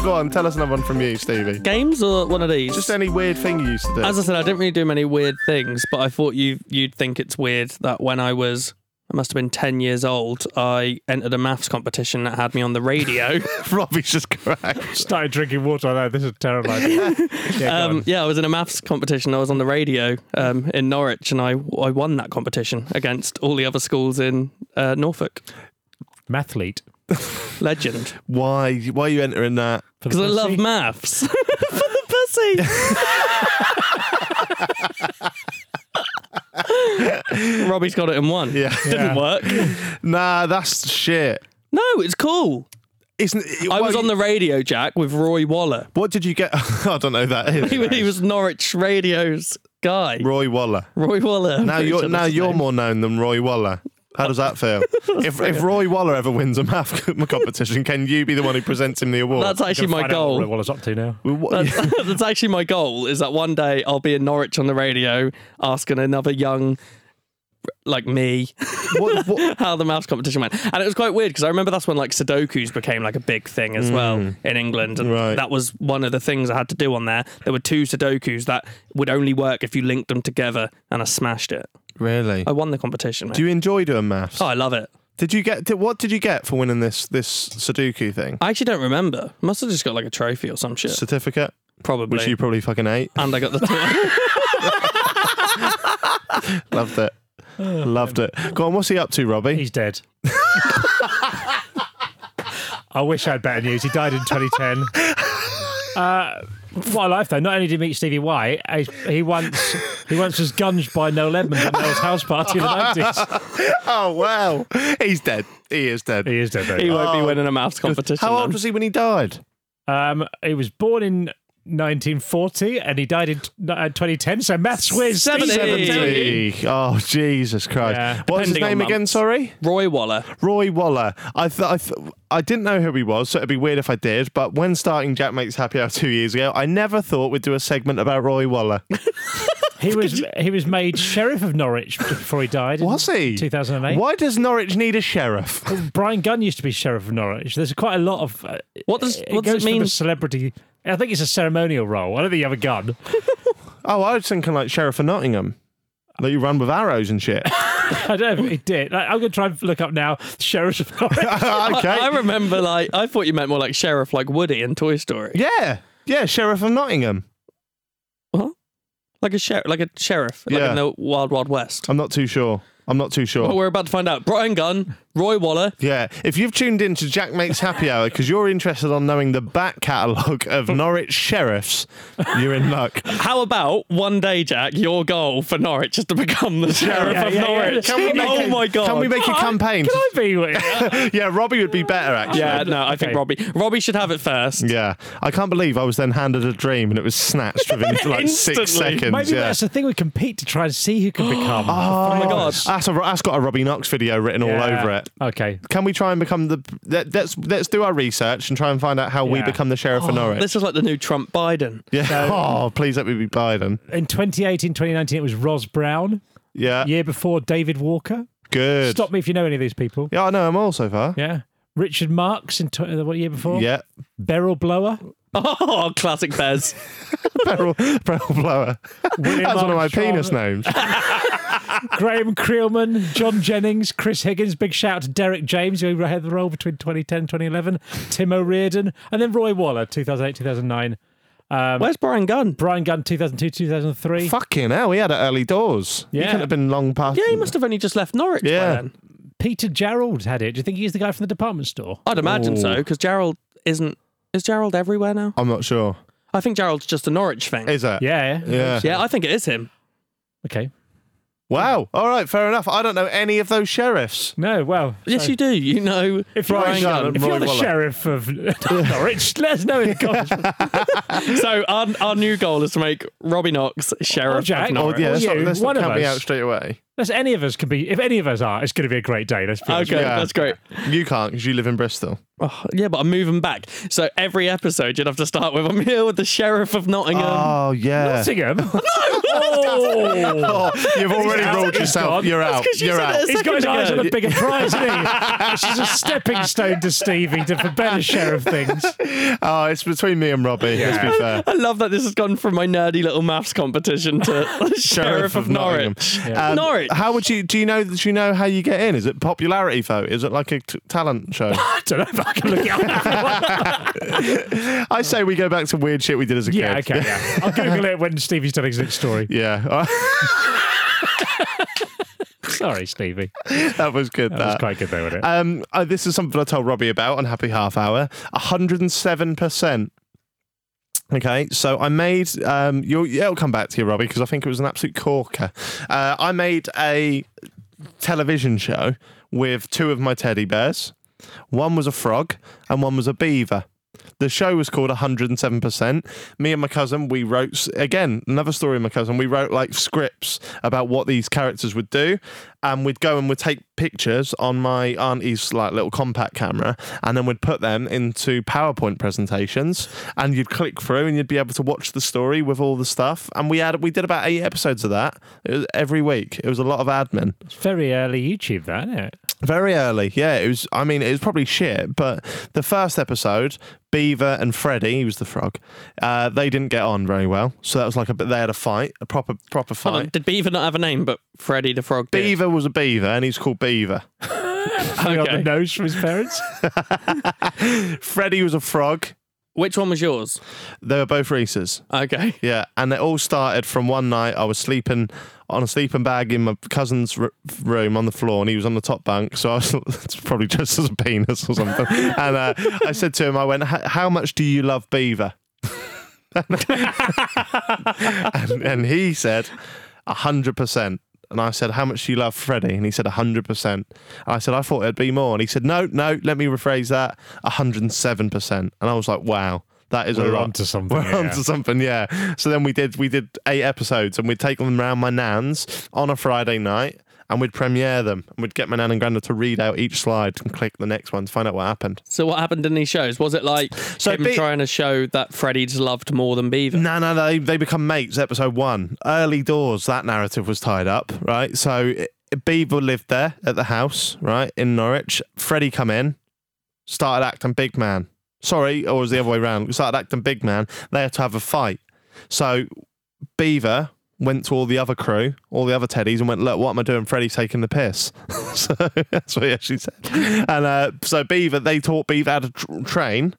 S4: go on, tell us another one from you, Stevie.
S3: Games or one of these?
S4: Just any weird thing you used to do.
S3: As I said, I didn't really do many weird things, but I thought you you'd think it's weird that when I was I must have been ten years old, I entered a maths competition that had me on the radio.
S4: Robbie's just correct.
S5: Started drinking water. I know this is terrible. idea. Yeah, go
S3: um,
S5: on.
S3: yeah, I was in a maths competition. I was on the radio um, in Norwich, and I I won that competition against all the other schools in uh, Norfolk.
S5: Mathlete.
S3: Legend,
S4: Why? Why are you entering that?
S5: For the
S3: because I
S5: pussy.
S3: love maths. For the pussy. Robbie's got it in one.
S4: Yeah.
S3: Didn't work.
S4: Nah, that's shit.
S3: No, it's cool.
S4: Isn't it,
S3: I was
S4: what-
S3: on the radio, Jack, with Roy Waller.
S4: What did you get? I don't know who that is.
S3: He, was- he was Norwich Radio's guy.
S4: Roy Waller.
S3: Roy Waller. I'm
S4: Now
S3: pretty
S4: you're
S3: sure
S4: now
S3: that's his
S4: you're
S3: name.
S4: more known than Roy Waller. How does that feel? if if Roy Waller ever wins a math competition, can you be the one who presents him the award?
S3: That's actually my
S5: Find out what
S3: goal.
S5: Roy Waller's up to now.
S4: Well, what-
S3: That's, that's actually my goal. Is that one day I'll be in Norwich on the radio asking another young, like me,
S4: what- what-
S3: how the mouse competition went. And it was quite weird because I remember that's when like Sudoku's became like a big thing as well in England. And
S4: Hmm. Right.
S3: that was one of the things I had to do on there. There were two Sudokus that would only work if you linked them together, and I smashed it.
S4: really?
S3: I won the competition. Mate.
S4: Do you enjoy doing maths?
S3: oh, I love it.
S4: Did you get? Did, what did you get for winning this this Sudoku thing?
S3: I actually don't remember. Must have just got like a trophy or some shit.
S4: Certificate,
S3: probably.
S4: which you probably fucking ate.
S3: and I got the.
S4: Loved it.
S3: Oh,
S4: Loved it. Go on. What's he up to, Robbie?
S5: He's dead. I wish I had better news. He died in 2010. Uh, what a life, though. Not only did he meet Stevie Y, he, he once he once was gunged by Noel Edmonds at Noel's house party in the 90s.
S4: Oh wow, he's dead. He is dead.
S5: He is dead,
S3: he
S5: though.
S3: won't be winning a mouse competition.
S4: Oh. How
S3: then.
S4: old was he when he died?
S5: Um, he was born in 1940 and he died in t- uh, 2010, so maths whiz.
S3: Seventy.
S5: Stevie.
S4: Oh Jesus Christ!
S5: Yeah.
S4: What was his
S3: Depending on
S4: name again?
S3: months.
S4: Sorry.
S3: Roy Waller.
S4: Roy Waller. I th- I, th- I didn't know who he was, so it'd be weird if I did. But when starting Jack Makes Happy Hour two years ago, I never thought we'd do a segment about Roy Waller.
S5: He was he was made sheriff of Norwich before he died. in
S4: Was he?
S5: 2008.
S4: Why does Norwich need a sheriff?
S5: Brian Gunn used to be sheriff of Norwich. There's quite a lot of. Uh,
S3: What does- what does
S5: goes
S3: it
S5: for the
S3: mean?
S5: celebrity. I think it's a ceremonial role. I don't think you have a gun.
S4: Oh, I was thinking like Sheriff of Nottingham. That you run with arrows and shit.
S5: I don't know if it did. Like, I'm going to try and look up now. Sheriff of Norwich.
S4: okay.
S3: I, I remember, like, I thought you meant more like Sheriff, like Woody in Toy Story.
S4: yeah. Yeah, Sheriff of Nottingham.
S3: Like a sheriff, like a sheriff, like
S4: Yeah.
S3: in the Wild Wild West.
S4: I'm not too sure. I'm not too sure.
S3: But we're about to find out. Brian Gunn, Roy Waller.
S4: Yeah, if you've tuned in to Jack Makes Happy Hour because you're interested on knowing the back catalogue of Norwich sheriffs, you're in luck.
S3: How about one day, Jack, your goal for Norwich is to become the sheriff
S5: yeah,
S3: of
S5: yeah, yeah.
S3: Norwich?
S5: Can we make
S3: oh
S5: it-
S3: my god!
S4: Can we make a campaign?
S5: Can I be with
S4: yeah, Robbie would be better actually.
S3: yeah, no, I think
S5: Okay.
S3: Robbie. Robbie should have it first.
S4: Yeah, I can't believe I was then handed a dream and it was snatched within like
S3: Instantly.
S4: six seconds.
S5: Maybe
S4: yeah.
S5: that's the thing we compete to try and see who can become.
S3: Oh my god!
S4: that's, a, that's got a Robbie Knox video written all
S5: Yeah.
S4: over it. Yep.
S5: Okay.
S4: Can we try and become the? Let, let's let's do our research and try and find out how we
S5: Yeah.
S4: become the sheriff of Norwich.
S3: This is like the new Trump Biden.
S4: yeah. oh, please let me be Biden.
S5: In 2018, 2019, it was Ros Brown.
S4: Yeah.
S5: Year before, David Walker.
S4: Uh, Good.
S5: Stop me if you know any of these people.
S4: Yeah, I know. I'm all so far.
S5: Yeah. Richard Marks in tw- uh, what year before?
S4: Yeah.
S5: Beryl Blower.
S3: Oh, classic Bez.
S4: Barrel, barrel blower.
S5: William
S4: That's one of my
S5: Armstrong.
S4: penis names.
S5: Graham Creelman, John Jennings, Chris Higgins. Big shout out to Derek James, who had the role between 2010 and 2011. Tim O'Reardon. And then Roy Waller, 2008, 2009.
S3: Where's Brian Gunn?
S5: Um, Brian Gunn, 2002, 2003.
S4: Fucking hell, he had it early doors. He
S5: Yeah.
S4: couldn't have been long past.
S3: Yeah, he must have only just left Norwich
S4: Yeah.
S3: by then.
S5: Peter Gerald had it. Do you think he's the guy from the department store?
S3: I'd imagine so, because Gerald isn't. Is Gerald everywhere now?
S4: I'm not sure.
S3: I think Gerald's just a Norwich thing.
S4: Is it?
S5: Yeah.
S4: Yeah.
S3: yeah, I think it is him.
S5: Okay.
S4: Wow. All right. Fair enough. I don't know any of those sheriffs.
S5: No, well.
S3: Yes,
S5: so-
S3: you do. You know
S5: If you're,
S3: Brian
S4: Gunn.
S3: Gunn.
S5: if you're
S4: Roy
S5: the
S4: Waller.
S5: sheriff of Norwich, let us know in the comments.
S3: so our, our new goal is to make Robbie Knox sheriff
S5: Or Jack.
S3: of
S5: Or
S4: Oh,
S3: Norwich.
S4: yeah. Let's not,
S5: you,
S4: let's not
S5: one of
S4: count me
S5: us.
S4: out straight away.
S5: Let's, any of us can be, if any of us are, it's going to be a great day. Let's be honest.
S3: Okay,
S4: Yeah.
S3: that's great.
S4: You can't because you live in Bristol.
S3: Oh, yeah, but I'm moving back. So every episode you'd have to start with I'm here with the sheriff of Nottingham.
S5: Um,
S4: oh yeah.
S5: Nottingham? oh!
S4: Oh, you've already
S5: out.
S4: ruled
S5: He's
S4: yourself.
S5: gone.
S4: You're
S5: That's
S4: out.
S3: 'cause you
S4: You're
S3: said
S4: out.
S3: it.
S5: He's got his
S3: Second
S5: eyes on
S3: ago.
S5: a bigger prize, isn't he? This is a stepping stone to Stevie to for better sheriff things.
S4: Oh, it's between me and Robbie. Let's be fair.
S3: I love that this has gone from my nerdy little maths competition to sheriff, of, Norwich.
S4: Nottingham.
S3: Yeah.
S4: Um,
S3: Norwich.
S4: How would you? Do you know? Do you know how you get in? Is it popularity vote? Is it like a t- talent show?
S5: I don't know if I can look it up.
S4: I say we go back to weird shit we did as a
S5: yeah,
S4: kid.
S5: okay, yeah. I'll Google it when Stevie's done his next story.
S4: Yeah.
S5: Sorry, Stevie.
S4: that was good.
S5: That was quite good, though, wasn't it?
S4: Um, uh, this is something I told Robbie about on Happy Half Hour. 107%. Okay, so I made, um, you'll, yeah, it'll come back to you, Robbie, because I think it was an absolute corker. Uh, I made a television show with two of my teddy bears. One was a frog and one was a beaver. The show was called 107%. Me and my cousin, we wrote, again, another story of my cousin, we wrote like scripts about what these characters would do. And we'd go and we'd take pictures on my auntie's like little compact camera and then we'd put them into PowerPoint presentations and you'd click through and you'd be able to watch the story with all the stuff. And we had, we did about eight episodes of that it was every week. It was a lot of admin.
S5: It's very early YouTube, that, isn't it?
S4: Very early, yeah. It was. I mean, it was probably shit. But the first episode, Beaver and Freddy, he was the frog. Uh, they didn't get on very well, so that was like a. They had a fight, a proper proper
S3: Hold on,
S4: fight.
S3: did Beaver not have a name, but Freddy the Frog did?
S4: Beaver was a beaver, and he's called Beaver.
S5: Hung on
S3: Okay.
S5: the nose from his parents.
S4: Freddy was a frog.
S3: Which one was yours?
S4: They were both Reese's.
S3: Okay.
S4: Yeah, and it all started from one night I was sleeping on a sleeping bag in my cousin's r- room on the floor, and he was on the top bunk. So I was it's probably just as a penis or something. And uh, I said to him, I went, "H- "How much do you love Beaver?" and, and he said, "A hundred percent." And I said, "How much do you love Freddie?" And he said, "A hundred percent." And I said, "I thought it'd be more." And he said, "No, no, let me rephrase that. A hundred and seven percent." And I was like, "Wow." That is a
S5: We're
S4: lot.
S5: onto something
S4: We're
S5: here.
S4: onto something, yeah. So then we did we did eight episodes and we'd take them round my nan's on a Friday night and we'd premiere them and we'd get my nan and granda to read out each slide and click the next one to find out what happened.
S3: So what happened in these shows? Was it like him
S4: Be-
S3: trying to show that Freddy's loved more than Beaver?
S4: No, no, they they become mates. Episode one, early doors. That narrative was tied up, right? So i- Beaver lived there at the house, right in Norwich. Freddie come in, started acting big man. Sorry, or was it the other way around? Started acting big man. They had to have a fight. So Beaver went to all the other crew, all the other teddies, and went, "Look, what am I doing? Freddie's taking the piss." so that's what he actually said. And uh, so Beaver, they taught Beaver how to tr- train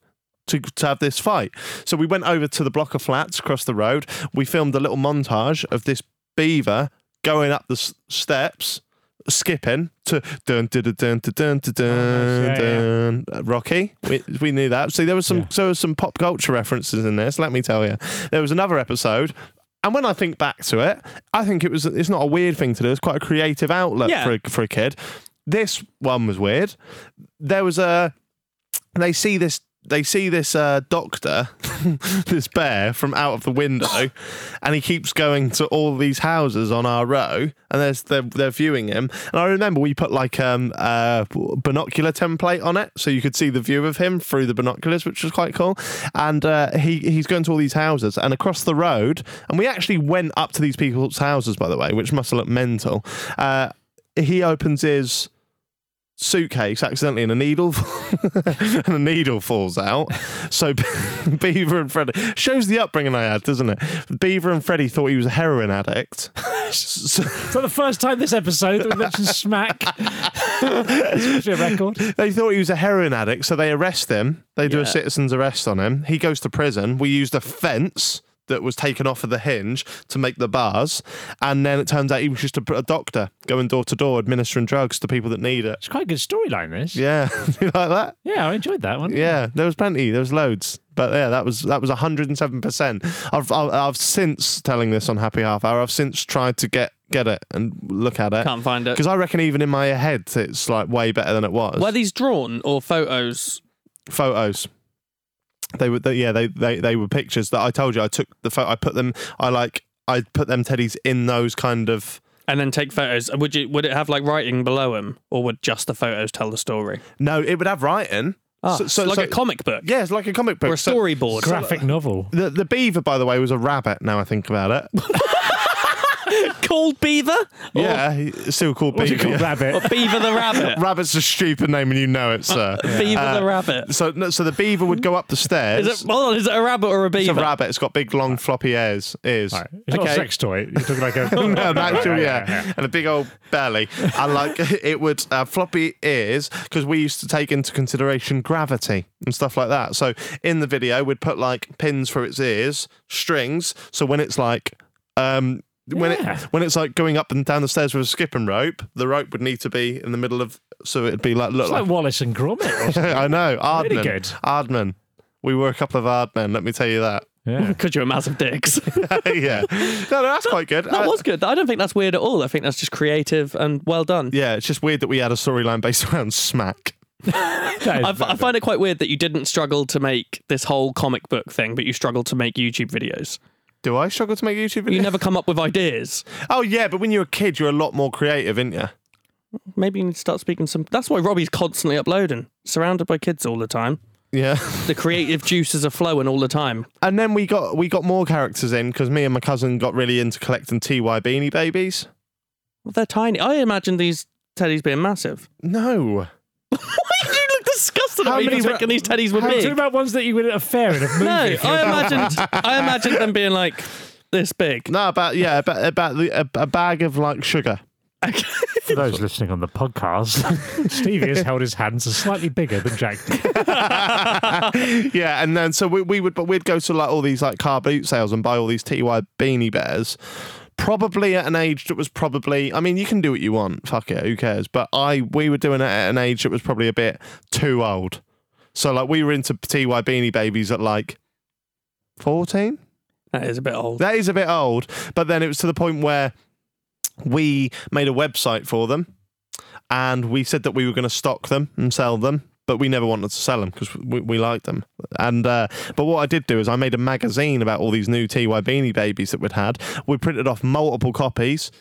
S4: to, to have this fight. So we went over to the block of flats across the road. We filmed a little montage of this beaver going up the s- steps, skipping to dun dun dun dun dun dun dun,
S5: Oh, nice. Yeah, yeah.
S4: dun. Uh, Rocky. We, we knew that. So there was some so there was some pop culture references in this. Let me tell you, there was another episode. And when I think back to it, I think it was it's not a weird thing to do. It's quite a creative outlet
S3: Yeah.
S4: for a, for a kid. This one was weird. There was a they see this they see this uh, doctor, this bear from out of the window, and he keeps going to all these houses on our row, and there's they're, they're viewing him. And I remember we put like um uh, binocular template on it, so you could see the view of him through the binoculars, which was quite cool. And uh, he he's going to all these houses and across the road, and we actually went up to these people's houses by the way, which must have looked mental. Uh, he opens his suitcase accidentally and a needle and a needle falls out so beaver and freddy shows the upbringing i had doesn't it beaver and freddy thought he was a heroin addict so
S5: So the first time this episode that we mentioned smack. It's actually a record.
S4: they thought he was a heroin addict so they arrest him they do a
S3: Yeah.
S4: citizen's arrest on him he goes to prison we used a fence that was taken off of the hinge to make the bars and then it turns out he was just a, a doctor going door to door administering drugs to people that need it
S5: It's quite a good storyline. This.
S4: yeah you like that
S5: Yeah, I enjoyed that one.
S4: Yeah, there was plenty. There was loads. But yeah, that was that was 107. percent I've I've I've since telling this on Happy Half Hour. I've since tried to get get it and look at it.
S3: Can't find it.
S4: because I reckon even in my head it's like way better than it was.
S3: Were these drawn or photos?
S4: Photos. They were they, yeah they, they they were pictures that I told you I took the photo I put them I like I put them teddies in those kind of
S3: And then take photos. Would you? Would it have like writing below him, or would just the photos tell the story?
S4: no it would have writing
S3: Ah, so, like a comic book
S4: yeah it's like a comic book
S3: or a
S4: So-
S3: storyboard.
S5: Graphic novel.
S4: the the beaver by the way was a rabbit now I think about it
S3: Oh. called Beaver.
S4: Yeah, he- it's still called
S5: What's it
S4: Beaver.
S5: called? Rabbit.
S3: Beaver the rabbit.
S4: Rabbit's a stupid name, and you know it, sir. Uh,
S3: Beaver the rabbit.
S4: So, no, so the beaver would go up the stairs.
S3: Is it? Hold on. Is it a rabbit or a
S4: it's
S3: beaver?
S4: a rabbit. It's got big, long, floppy ears. Ears.
S5: All right. It's not a
S3: Okay.
S5: sex toy. You're talking like a.
S4: No, an actual,
S5: Right,
S4: yeah. and a big old belly, and like it would uh, floppy ears because we used to take into consideration gravity and stuff like that. So in the video, we'd put like pins for its ears, strings. So when it's like, um, when
S5: Yeah.
S4: it when it's like going up and down the stairs with a skipping rope, the rope would need to be in the middle of, so it'd be like look
S5: It's like Wallace and Gromit. or something.
S4: I know. Ardman.
S5: Really good.
S4: Ardman. We were a couple of Ardmen, let me tell you that.
S5: Yeah.
S3: Because you're a massive dicks.
S4: yeah. No, no, that's quite good.
S3: That
S4: Uh,
S3: was good. I don't think that's weird at all. I think that's just creative and well done.
S4: yeah, it's just weird that we had a storyline based around smack.
S5: That is
S3: I, f- I find it quite weird that you didn't struggle to make this whole comic book thing, but you struggled to make YouTube videos.
S4: Do I struggle to make YouTube videos?
S3: You never come up with ideas.
S4: oh, yeah, but when you're a kid, you're a lot more creative, aren't you?
S3: Maybe you need to start speaking some. That's why Robbie's constantly uploading, surrounded by kids all the time.
S4: Yeah.
S3: The creative juices are flowing all the time.
S4: And then we got we got more characters in because me and my cousin got really into collecting TY Beanie Babies.
S3: Well, they're tiny. I imagine these teddies being massive.
S4: No.
S3: you look disgusted
S4: How
S3: at me
S4: many
S3: for
S4: ra-
S3: thinking these teddies were
S5: Are you talking
S3: big.
S5: about ones that you would at a fair in a movie?
S3: No, I
S5: if you were-
S3: imagined. I imagined them being like this big.
S4: No, about, yeah, about, about the, a, a bag of like sugar.
S5: For those listening on the podcast, Stevie has held his hands are slightly bigger than Jack.
S4: yeah, and then so we, we would, but we'd go to like all these like car boot sales and buy all these TY beanie bears. Probably at an age that was probably, I mean, you can do what you want. Fuck it, who cares? But I, we were doing it at an age that was probably a bit too old. So like we were into TY beanie babies at like fourteen.
S3: That is a bit old.
S4: That is a bit old, but then it was to the point where we made a website for them and we said that we were going to stock them and sell them, but we never wanted to sell them because we, we liked them. And uh, but what I did do is I made a magazine about all these new TY Beanie Babies that we'd had. We printed off multiple copies,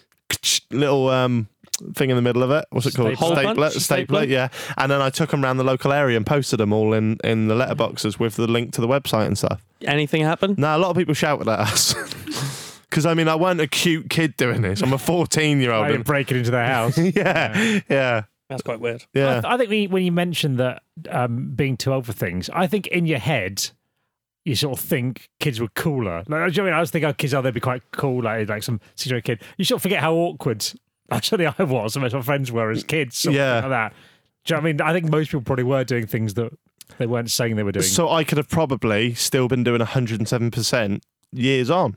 S4: little um thing in the middle of it. What's it called?
S5: Stapler.
S3: Hole punch?
S4: stapler,
S3: Stapler?
S4: yeah. And then I took them around the local area and posted them all in in the letterboxes with the link to the website and stuff.
S3: Anything happen?
S4: No, a lot of people shouted at us. Because, I mean, I weren't a cute kid doing this. I'm a 14 year
S5: I
S4: old.
S5: break it into their house.
S4: Yeah, yeah,
S3: That's quite weird.
S5: I,
S4: yeah.
S5: th- I think we, when you mentioned that um, being too old for things, I think in your head you sort of think kids were cooler. Like, do you know what I mean? I was thinking, oh, kids, oh, they'd be quite cool, like like some senior kid. You sort of forget how awkward actually I was, and most of my friends were as kids. sort of
S4: Yeah.
S5: thing like that. Do you know what I mean? I think most people probably were doing things that they weren't saying they were doing.
S4: So I could have probably still been doing 107% years on.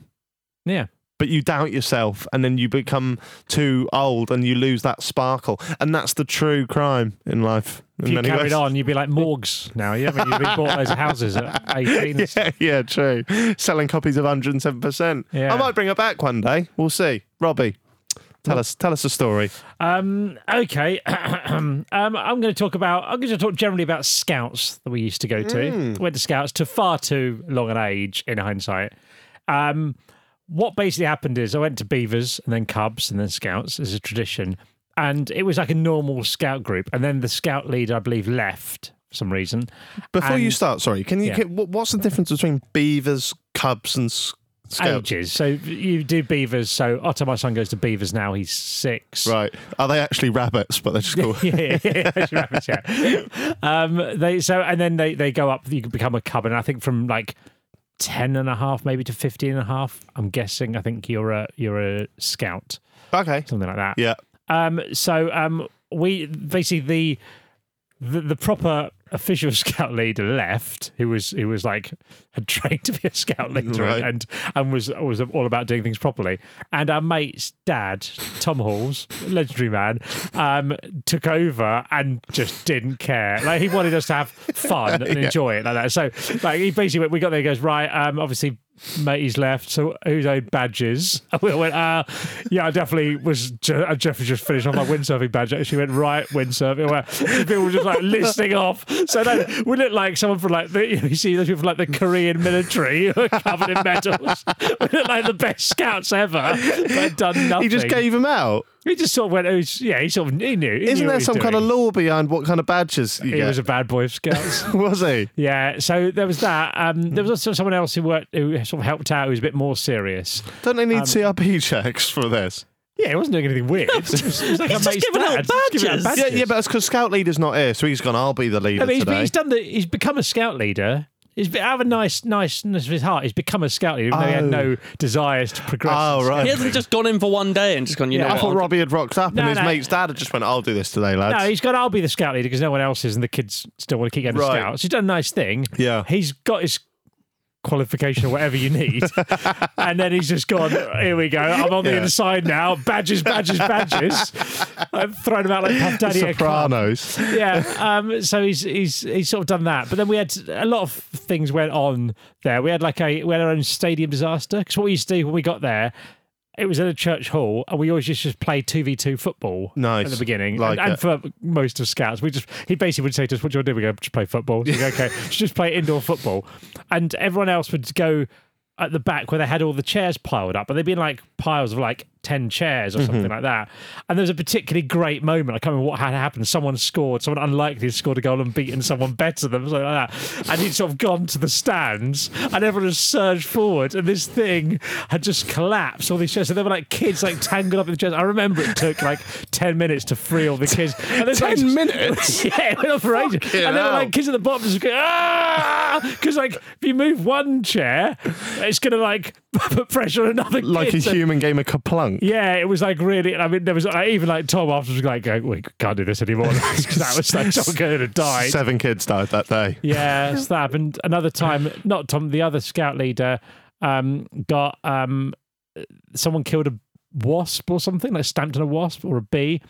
S5: yeah,
S4: But you doubt yourself and then you become too old and you lose that sparkle. And that's the true crime in life. In
S5: if you
S4: many
S5: carried
S4: ways.
S5: on, you'd be like Morgs now. You know what I mean? You'd be bought those houses at eighteen.
S4: Yeah, yeah, true. Selling copies of 107%.
S5: Yeah.
S4: I might bring it back one day. We'll see. Robbie, Tell us, tell us a story.
S5: Um, okay. um, I'm going to talk about. I'm going to talk generally about scouts that we used to go to.
S4: Mm.
S5: Went to scouts to far too long an age in hindsight. Um, what basically happened is I went to Beavers and then Cubs and then Scouts as a tradition, and it was like a normal scout group. And then the scout leader, I believe, left for some reason.
S4: Before you
S5: And-
S4: start, sorry, can you?
S5: Yeah.
S4: Can, what- what's the difference between beavers, cubs, and s-
S5: Oh,
S4: scouts?
S5: ages. So you do Beavers. So Otto, my son, goes to Beavers now. He's six.
S4: Right? Are they actually rabbits? But they're just called.
S5: yeah, yeah, yeah, rabbits, yeah. Um, they so and then they they go up. You can become a cub, and I think from like. 10 and a half maybe to 15 and a half i'm guessing i think you're a you're a scout
S4: Okay.
S5: something like that
S4: Yeah.
S5: um so um we basically the the, the proper official scout leader left who was who was like had trained to be a scout leader
S4: Right.
S5: and and was was all about doing things properly and our mate's dad tom halls legendary man um took over and just didn't care like he wanted us to have fun and enjoy it like that so like he basically went, we got there he goes right um obviously Matey's left, so who's owed badges? And we went, uh, yeah, I definitely was. Ju- uh, Jeffrey just finished off my windsurfing badge. She went, right, windsurfing. Where people were just like listing off. So then we looked like someone from like, the, you see those people from, like the Korean military who are covered in medals. We looked like the best scouts ever, but had done nothing.
S4: He just gave them out.
S5: He just sort of went, it was, yeah, he sort of he knew. he knew
S4: Isn't
S5: what
S4: there
S5: he
S4: some
S5: was
S4: kind of
S5: doing.
S4: law behind what kind of badges you
S5: He
S4: get?
S5: was a bad boy of scouts.
S4: Was he?
S5: Yeah, so there was that. Um, there was also someone else who worked, who sort of helped out, who was a bit more serious.
S4: Don't they
S5: Um,
S4: need CRP checks for this?
S5: Yeah, he wasn't doing anything weird. It was, it was like a
S3: He's just
S5: mate's
S3: giving out
S5: dad. Just giving
S3: badges.
S4: Yeah, yeah, but that's because scout leader's not here, so he's gone. I'll be the leader
S5: No, but he's,
S4: today.
S5: he's done the. He's become a scout leader. He's be- out of a nice niceness of his heart. He's become a scout leader, even though he had
S4: Oh.
S5: no desires to progress.
S4: oh right.
S3: He hasn't just gone in for one day and just gone, you
S5: Yeah.
S3: know
S4: I
S3: what,
S4: thought
S3: I'll-
S4: Robbie had rocked up,
S5: No,
S4: and his
S5: no.
S4: mate's dad had just went, "I'll do this today, lads."
S5: No, he's got. I'll be the scout leader because no one else is, and the kids still want to keep getting
S4: Right.
S5: scouts. He's done a nice thing.
S4: Yeah.
S5: he's got his qualification or whatever you need, and then he's just gone. Here we go. I'm on the
S4: Yeah.
S5: other side now. Badges, badges, badges. I've thrown him out like Puff Daddy at a club.
S4: Sopranos.
S5: yeah. Um, so he's he's he's sort of done that. But then we had a lot of things went on there. We had like a we had our own stadium disaster because what we used to do when we got there. It was at a church hall, and we always just, just play two v two football at
S4: Nice.
S5: the beginning,
S4: Like
S5: and, and
S4: it.
S5: for most of scouts, we just he basically would say to us, "What do you want to do?" We go, "Just play football." We go, okay, "Let's just play indoor football," and everyone else would go at the back where they had all the chairs piled up, but they'd been like piles of like ten chairs
S4: Mm-hmm.
S5: or something like that. And there was a particularly great moment. I can't remember what had happened. Someone scored. Someone unlikely had scored a goal and beaten someone better than something like that. And he'd sort of gone to the stands, and everyone had surged forward, and this thing had just collapsed. All these chairs, and there were like kids like tangled up in the chairs. I remember it took like ten minutes to free all the kids. And there's, like,
S4: Ten minutes?
S5: yeah, it went on for ages.
S4: Fucking
S5: and then
S4: hell.
S5: like kids at the bottom just go ah because like if you move one chair, it's gonna like put pressure on another.
S4: like a
S5: kid. So-
S4: human game of Kaplunk.
S5: yeah, it was like really. I mean, there was like, even like Tom afterwards was like, going, "We can't do this anymore," because that was like someone going to die.
S4: Seven kids died that day.
S5: Yeah, so that happened another time. Not Tom, the other scout leader um, got um, someone killed a wasp or something, like stamped on a wasp or a bee,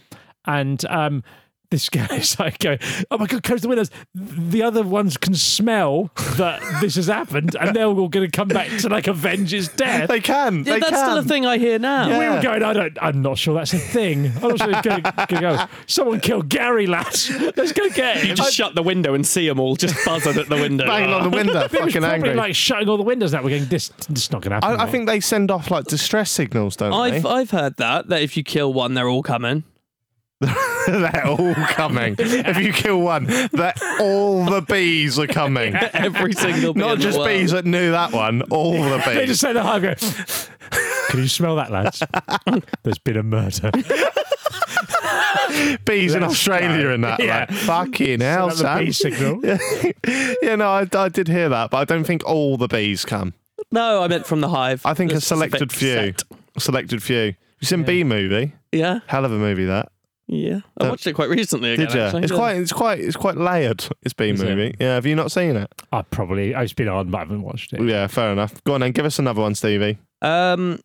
S5: and um, this guy's like, going, "Oh my god, close the windows!" The other ones can smell that this has happened, and they're all going to come back to like avenge his death.
S4: They can.
S3: Yeah,
S4: they
S3: that's
S4: can.
S3: still a thing I hear now.
S5: We were going, I don't, I'm not sure that's a thing. I'm not sure it's going to go. Someone killed Gary, lads. Let's go get him.
S3: You just shut the window and see them all just buzzing at the window.
S4: Banging on the window,
S5: It was
S4: fucking
S5: probably
S4: angry.
S5: like shutting all the windows out. We're going, this, this is not going to happen.
S4: I, I
S5: mate."
S4: think they send off like distress signals, don't
S3: I've
S4: they?
S3: I've heard that that if you kill one, they're all coming.
S4: they're all coming. If you kill one, they're all the bees are coming.
S3: Every single bee
S4: Not
S3: in the
S4: just
S3: world.
S4: bees that knew that one. All the
S5: They
S4: bees.
S5: just say the hive go, can you smell that, lads? There's been a murder.
S4: bees in
S5: That's
S4: Australia
S5: right.
S4: and that.
S5: Yeah.
S4: Like, fucking hell,
S5: That's a
S4: Sam.
S5: bee signal.
S4: yeah, no, I, I did hear that, but I don't think all the bees come.
S3: No, I meant from the hive.
S4: I think a
S3: The
S4: selected
S3: specific
S4: few.
S3: set.
S4: A selected few. Have you seen Bee Movie?
S3: Yeah,
S4: Hell of a movie that.
S3: yeah. I watched it quite recently. Again,
S4: Did you?
S3: actually,
S4: It's
S3: yeah.
S4: quite, it's quite, it's quite layered. It's Bee
S5: it?
S4: Movie. Yeah, have you not seen it?
S5: I probably, it's been on, but I haven't watched it.
S4: Yeah, fair enough. Go on then, give us another one, Stevie.
S3: Um,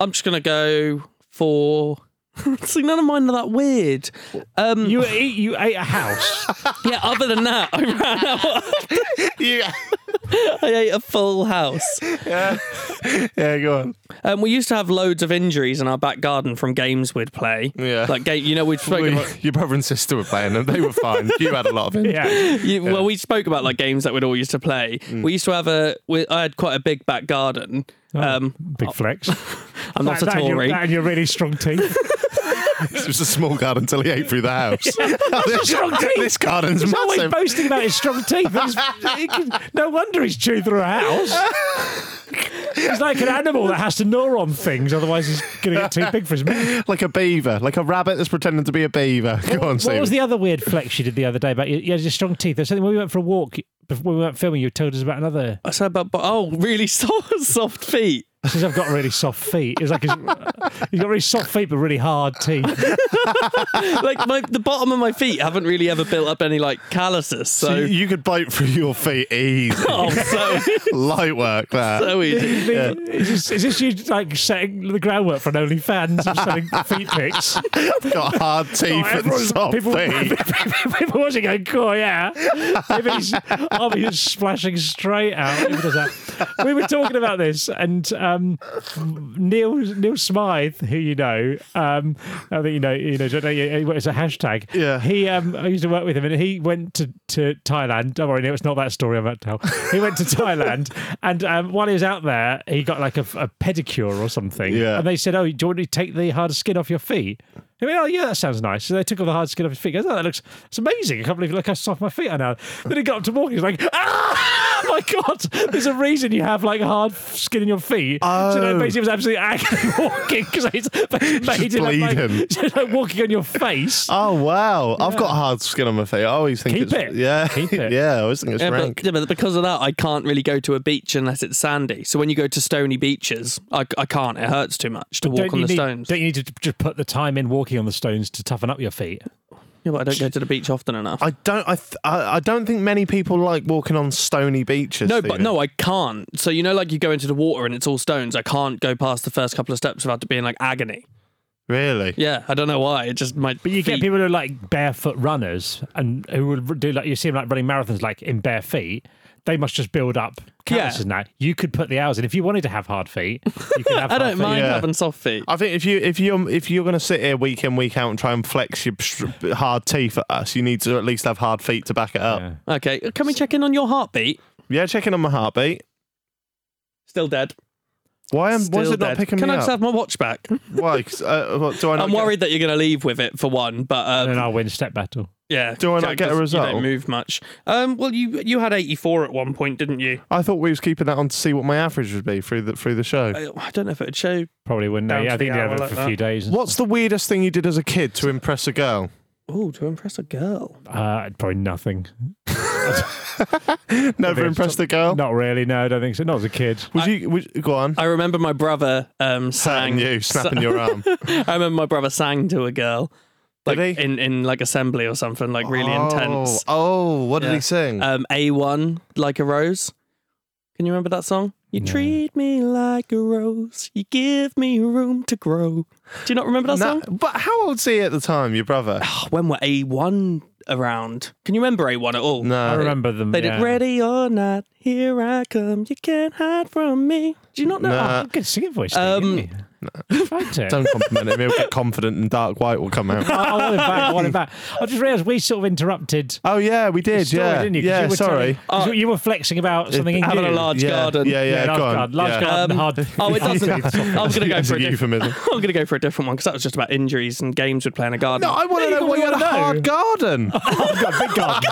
S3: I'm just gonna go for. See, none of mine are that weird. Um,
S5: You ate, you ate a house.
S3: yeah. Other than that, I ran out.
S4: You,
S3: I ate a full house.
S4: Yeah, go on.
S3: Um, we used to have loads of injuries in our back garden from games we'd play.
S4: Yeah.
S3: Like, game, you know, we'd spoken
S4: We-
S3: about.
S4: your brother and sister were playing them. They were fine. You had a lot of it.
S5: Yeah.
S3: You, Well, we spoke about like games that we'd all used to play.
S4: Mm.
S3: We used to have a. We, I had quite a big back garden. um,
S5: Big flex.
S3: I'm not a
S5: that, and your,
S3: Tory.
S5: that and your really strong teeth.
S4: It was a small garden until he ate through the house. this, this garden's
S5: He's always
S4: massive.
S5: boasting about his strong teeth. but he's- he can- no wonder he's chewed through a house. He's like an animal that has to gnaw on things, otherwise he's going to get too big for his mouth.
S4: Like a beaver, like a rabbit that's pretending to be a beaver. Go on,
S5: What
S4: Stephen.
S5: was the other weird flex you did the other day about your, you had your strong teeth? There's something when we went for a walk before we weren't filming. You told us about another.
S3: I said, but, but oh, really soft, soft feet.
S5: Since I've got really soft feet, it's like his, he's got really soft feet but really hard teeth.
S3: like my, the bottom of my feet haven't really ever built up any like calluses.
S4: So
S3: So,
S4: you could bite through your feet easy.
S3: oh, so,
S4: Light work there.
S3: so easy.
S5: Is, this, is this you like setting the groundwork for an OnlyFans of selling feet pics?
S4: Got hard teeth
S5: Oh,
S4: and
S5: everyone's-
S4: soft
S5: people,
S4: feet.
S5: people watching going, cool, yeah. Maybe he's, oh, but he's splashing straight out. Who does that? We were talking about this, and um, Neil Neil Smythe, who you know, um, I think you know, you know, don't know, he works a hashtag.
S4: Yeah.
S5: He, um, I used to work with him, and he went to, to Thailand. Don't worry, Neil, it's not that story I'm about to tell. He went to Thailand, and um, while he was out there, he got like a, a pedicure or something.
S4: Yeah.
S5: And they said, "Oh, do you want me to take the hard skin off your feet?" I mean, oh yeah, that sounds nice. So they took off the hard skin off his feet. He Goes, oh, that looks it's amazing. I can't believe look how soft my feet are now. Then he got up to walk. He's like, ah, my god, there's a reason you have like hard skin in your feet. So
S4: Oh.
S5: that basically, was absolutely agony walking because it's made it
S4: bleeding.
S5: like, just like walking on your face.
S4: Oh wow! I've got hard skin on my feet. I always think
S5: Keep
S4: it's
S5: it.
S4: yeah,
S5: Keep it.
S4: yeah. I always think it's
S3: Yeah
S4: rank.
S3: but, yeah, but because of that, I can't really go to a beach unless it's sandy. So when you go to stony beaches, I, I can't. It hurts too much to walk
S5: Don't
S3: on
S5: you
S3: the
S5: need,
S3: stones.
S5: Don't you need to just put the time in walking on the stones to toughen up your feet?
S3: Yeah, but I don't go to the beach often enough.
S4: I don't. I, th- I I don't think many people like walking on stony beaches.
S3: no, but
S4: Stephen.
S3: no, I can't. So you know, like you go into the water and it's all stones. I can't go past the first couple of steps without it being like agony.
S4: really.
S3: Yeah, I don't know why. It just my
S5: But you
S3: feet.
S5: get people who are like barefoot runners and who will do like you see them like running marathons like in bare feet. They must just build up
S3: Yeah.
S5: calluses now. You could put the hours in if you wanted to have hard feet. You could have
S3: I
S5: hard
S3: don't
S5: feet.
S3: mind
S4: Yeah.
S3: having soft feet.
S4: I think if you if you if you're going to sit here week in week out and try and flex your str- hard teeth at us, you need to at least have hard feet to back it up. Yeah,
S3: Okay, can we check in on your heartbeat?
S4: checking on my heartbeat.
S3: Still dead.
S4: Why am why is
S3: Still
S4: it not
S3: dead.
S4: picking
S3: Can
S4: me up?
S3: I just have my watch back?
S4: Why? 'Cause, Uh, what, do I not
S3: I'm
S4: get-
S3: worried that you're going to leave with it for one, but um,
S5: And then I'll win step battle.
S3: yeah.
S4: Do I not
S3: Jack
S4: get a
S3: doesn't- You
S4: result?
S3: don't move much. Um, well, you you had 84 at one point, didn't you?
S4: I thought we was keeping that on to see what my average would be through the through the show.
S3: I, I don't know if it would show.
S5: Probably wouldn't.
S3: Down
S5: They?
S3: to
S5: I think
S3: the
S5: they have
S3: hour
S5: it
S3: like
S5: for
S3: that.
S5: a few days.
S4: What's the weirdest thing you did as a kid to impress a girl?
S3: Oh, to impress a girl.
S5: Uh, probably nothing.
S4: Never impressed a girl.
S5: Not really. No, I don't think so. Not as a kid.
S4: Would you would, go on?
S3: I remember my brother um,
S4: Snapping
S3: sang.
S4: you, snapping your arm.
S3: I remember my brother sang to a girl, like
S4: Did he?
S3: in in like assembly or something, like really intense.
S4: Oh, what did
S3: Yeah.
S4: he sing?
S3: Um, A1, like a rose. Can you remember that song? You treat me like a rose. You give me room to grow. Do you not remember that
S4: Nah,
S3: song?
S4: but how old was he at the time, your brother?
S3: Oh, when were A1 around? Can you remember A1 at all?
S4: No.
S5: I remember them.
S3: Uh, They
S5: yeah.
S3: did Ready or Not, Here I Come, You Can't Hide From Me. Do you not know?
S4: Nah.
S5: Oh, good singing voice.
S3: Um,
S5: Um, tried it. Oh,
S4: Don't compliment him. He'll get confident and dark white will come out.
S5: I, I want it back. I want it back. I just realised we sort of interrupted.
S4: Oh yeah, we did.
S5: Story,
S4: yeah,
S5: didn't you? 'Cause
S4: yeah.
S5: you were
S4: sorry.
S5: telling- 'cause you were flexing about something. in
S3: Having
S5: you.
S3: a large
S4: yeah,
S3: garden.
S4: Yeah, yeah.
S5: large
S4: go on.
S5: garden, large
S4: yeah.
S5: garden,
S3: Um,
S5: hard.
S3: Oh, it
S5: hard
S3: doesn't. I was going to go
S4: It's
S3: for
S4: a
S3: a different.
S4: euphemism.
S3: I'm going to go for a different one because that was just about injuries and games we'd play in a garden.
S4: No, I want to
S5: Yeah, you
S4: know why you had a
S5: wanna know.
S4: hard garden.
S5: big garden.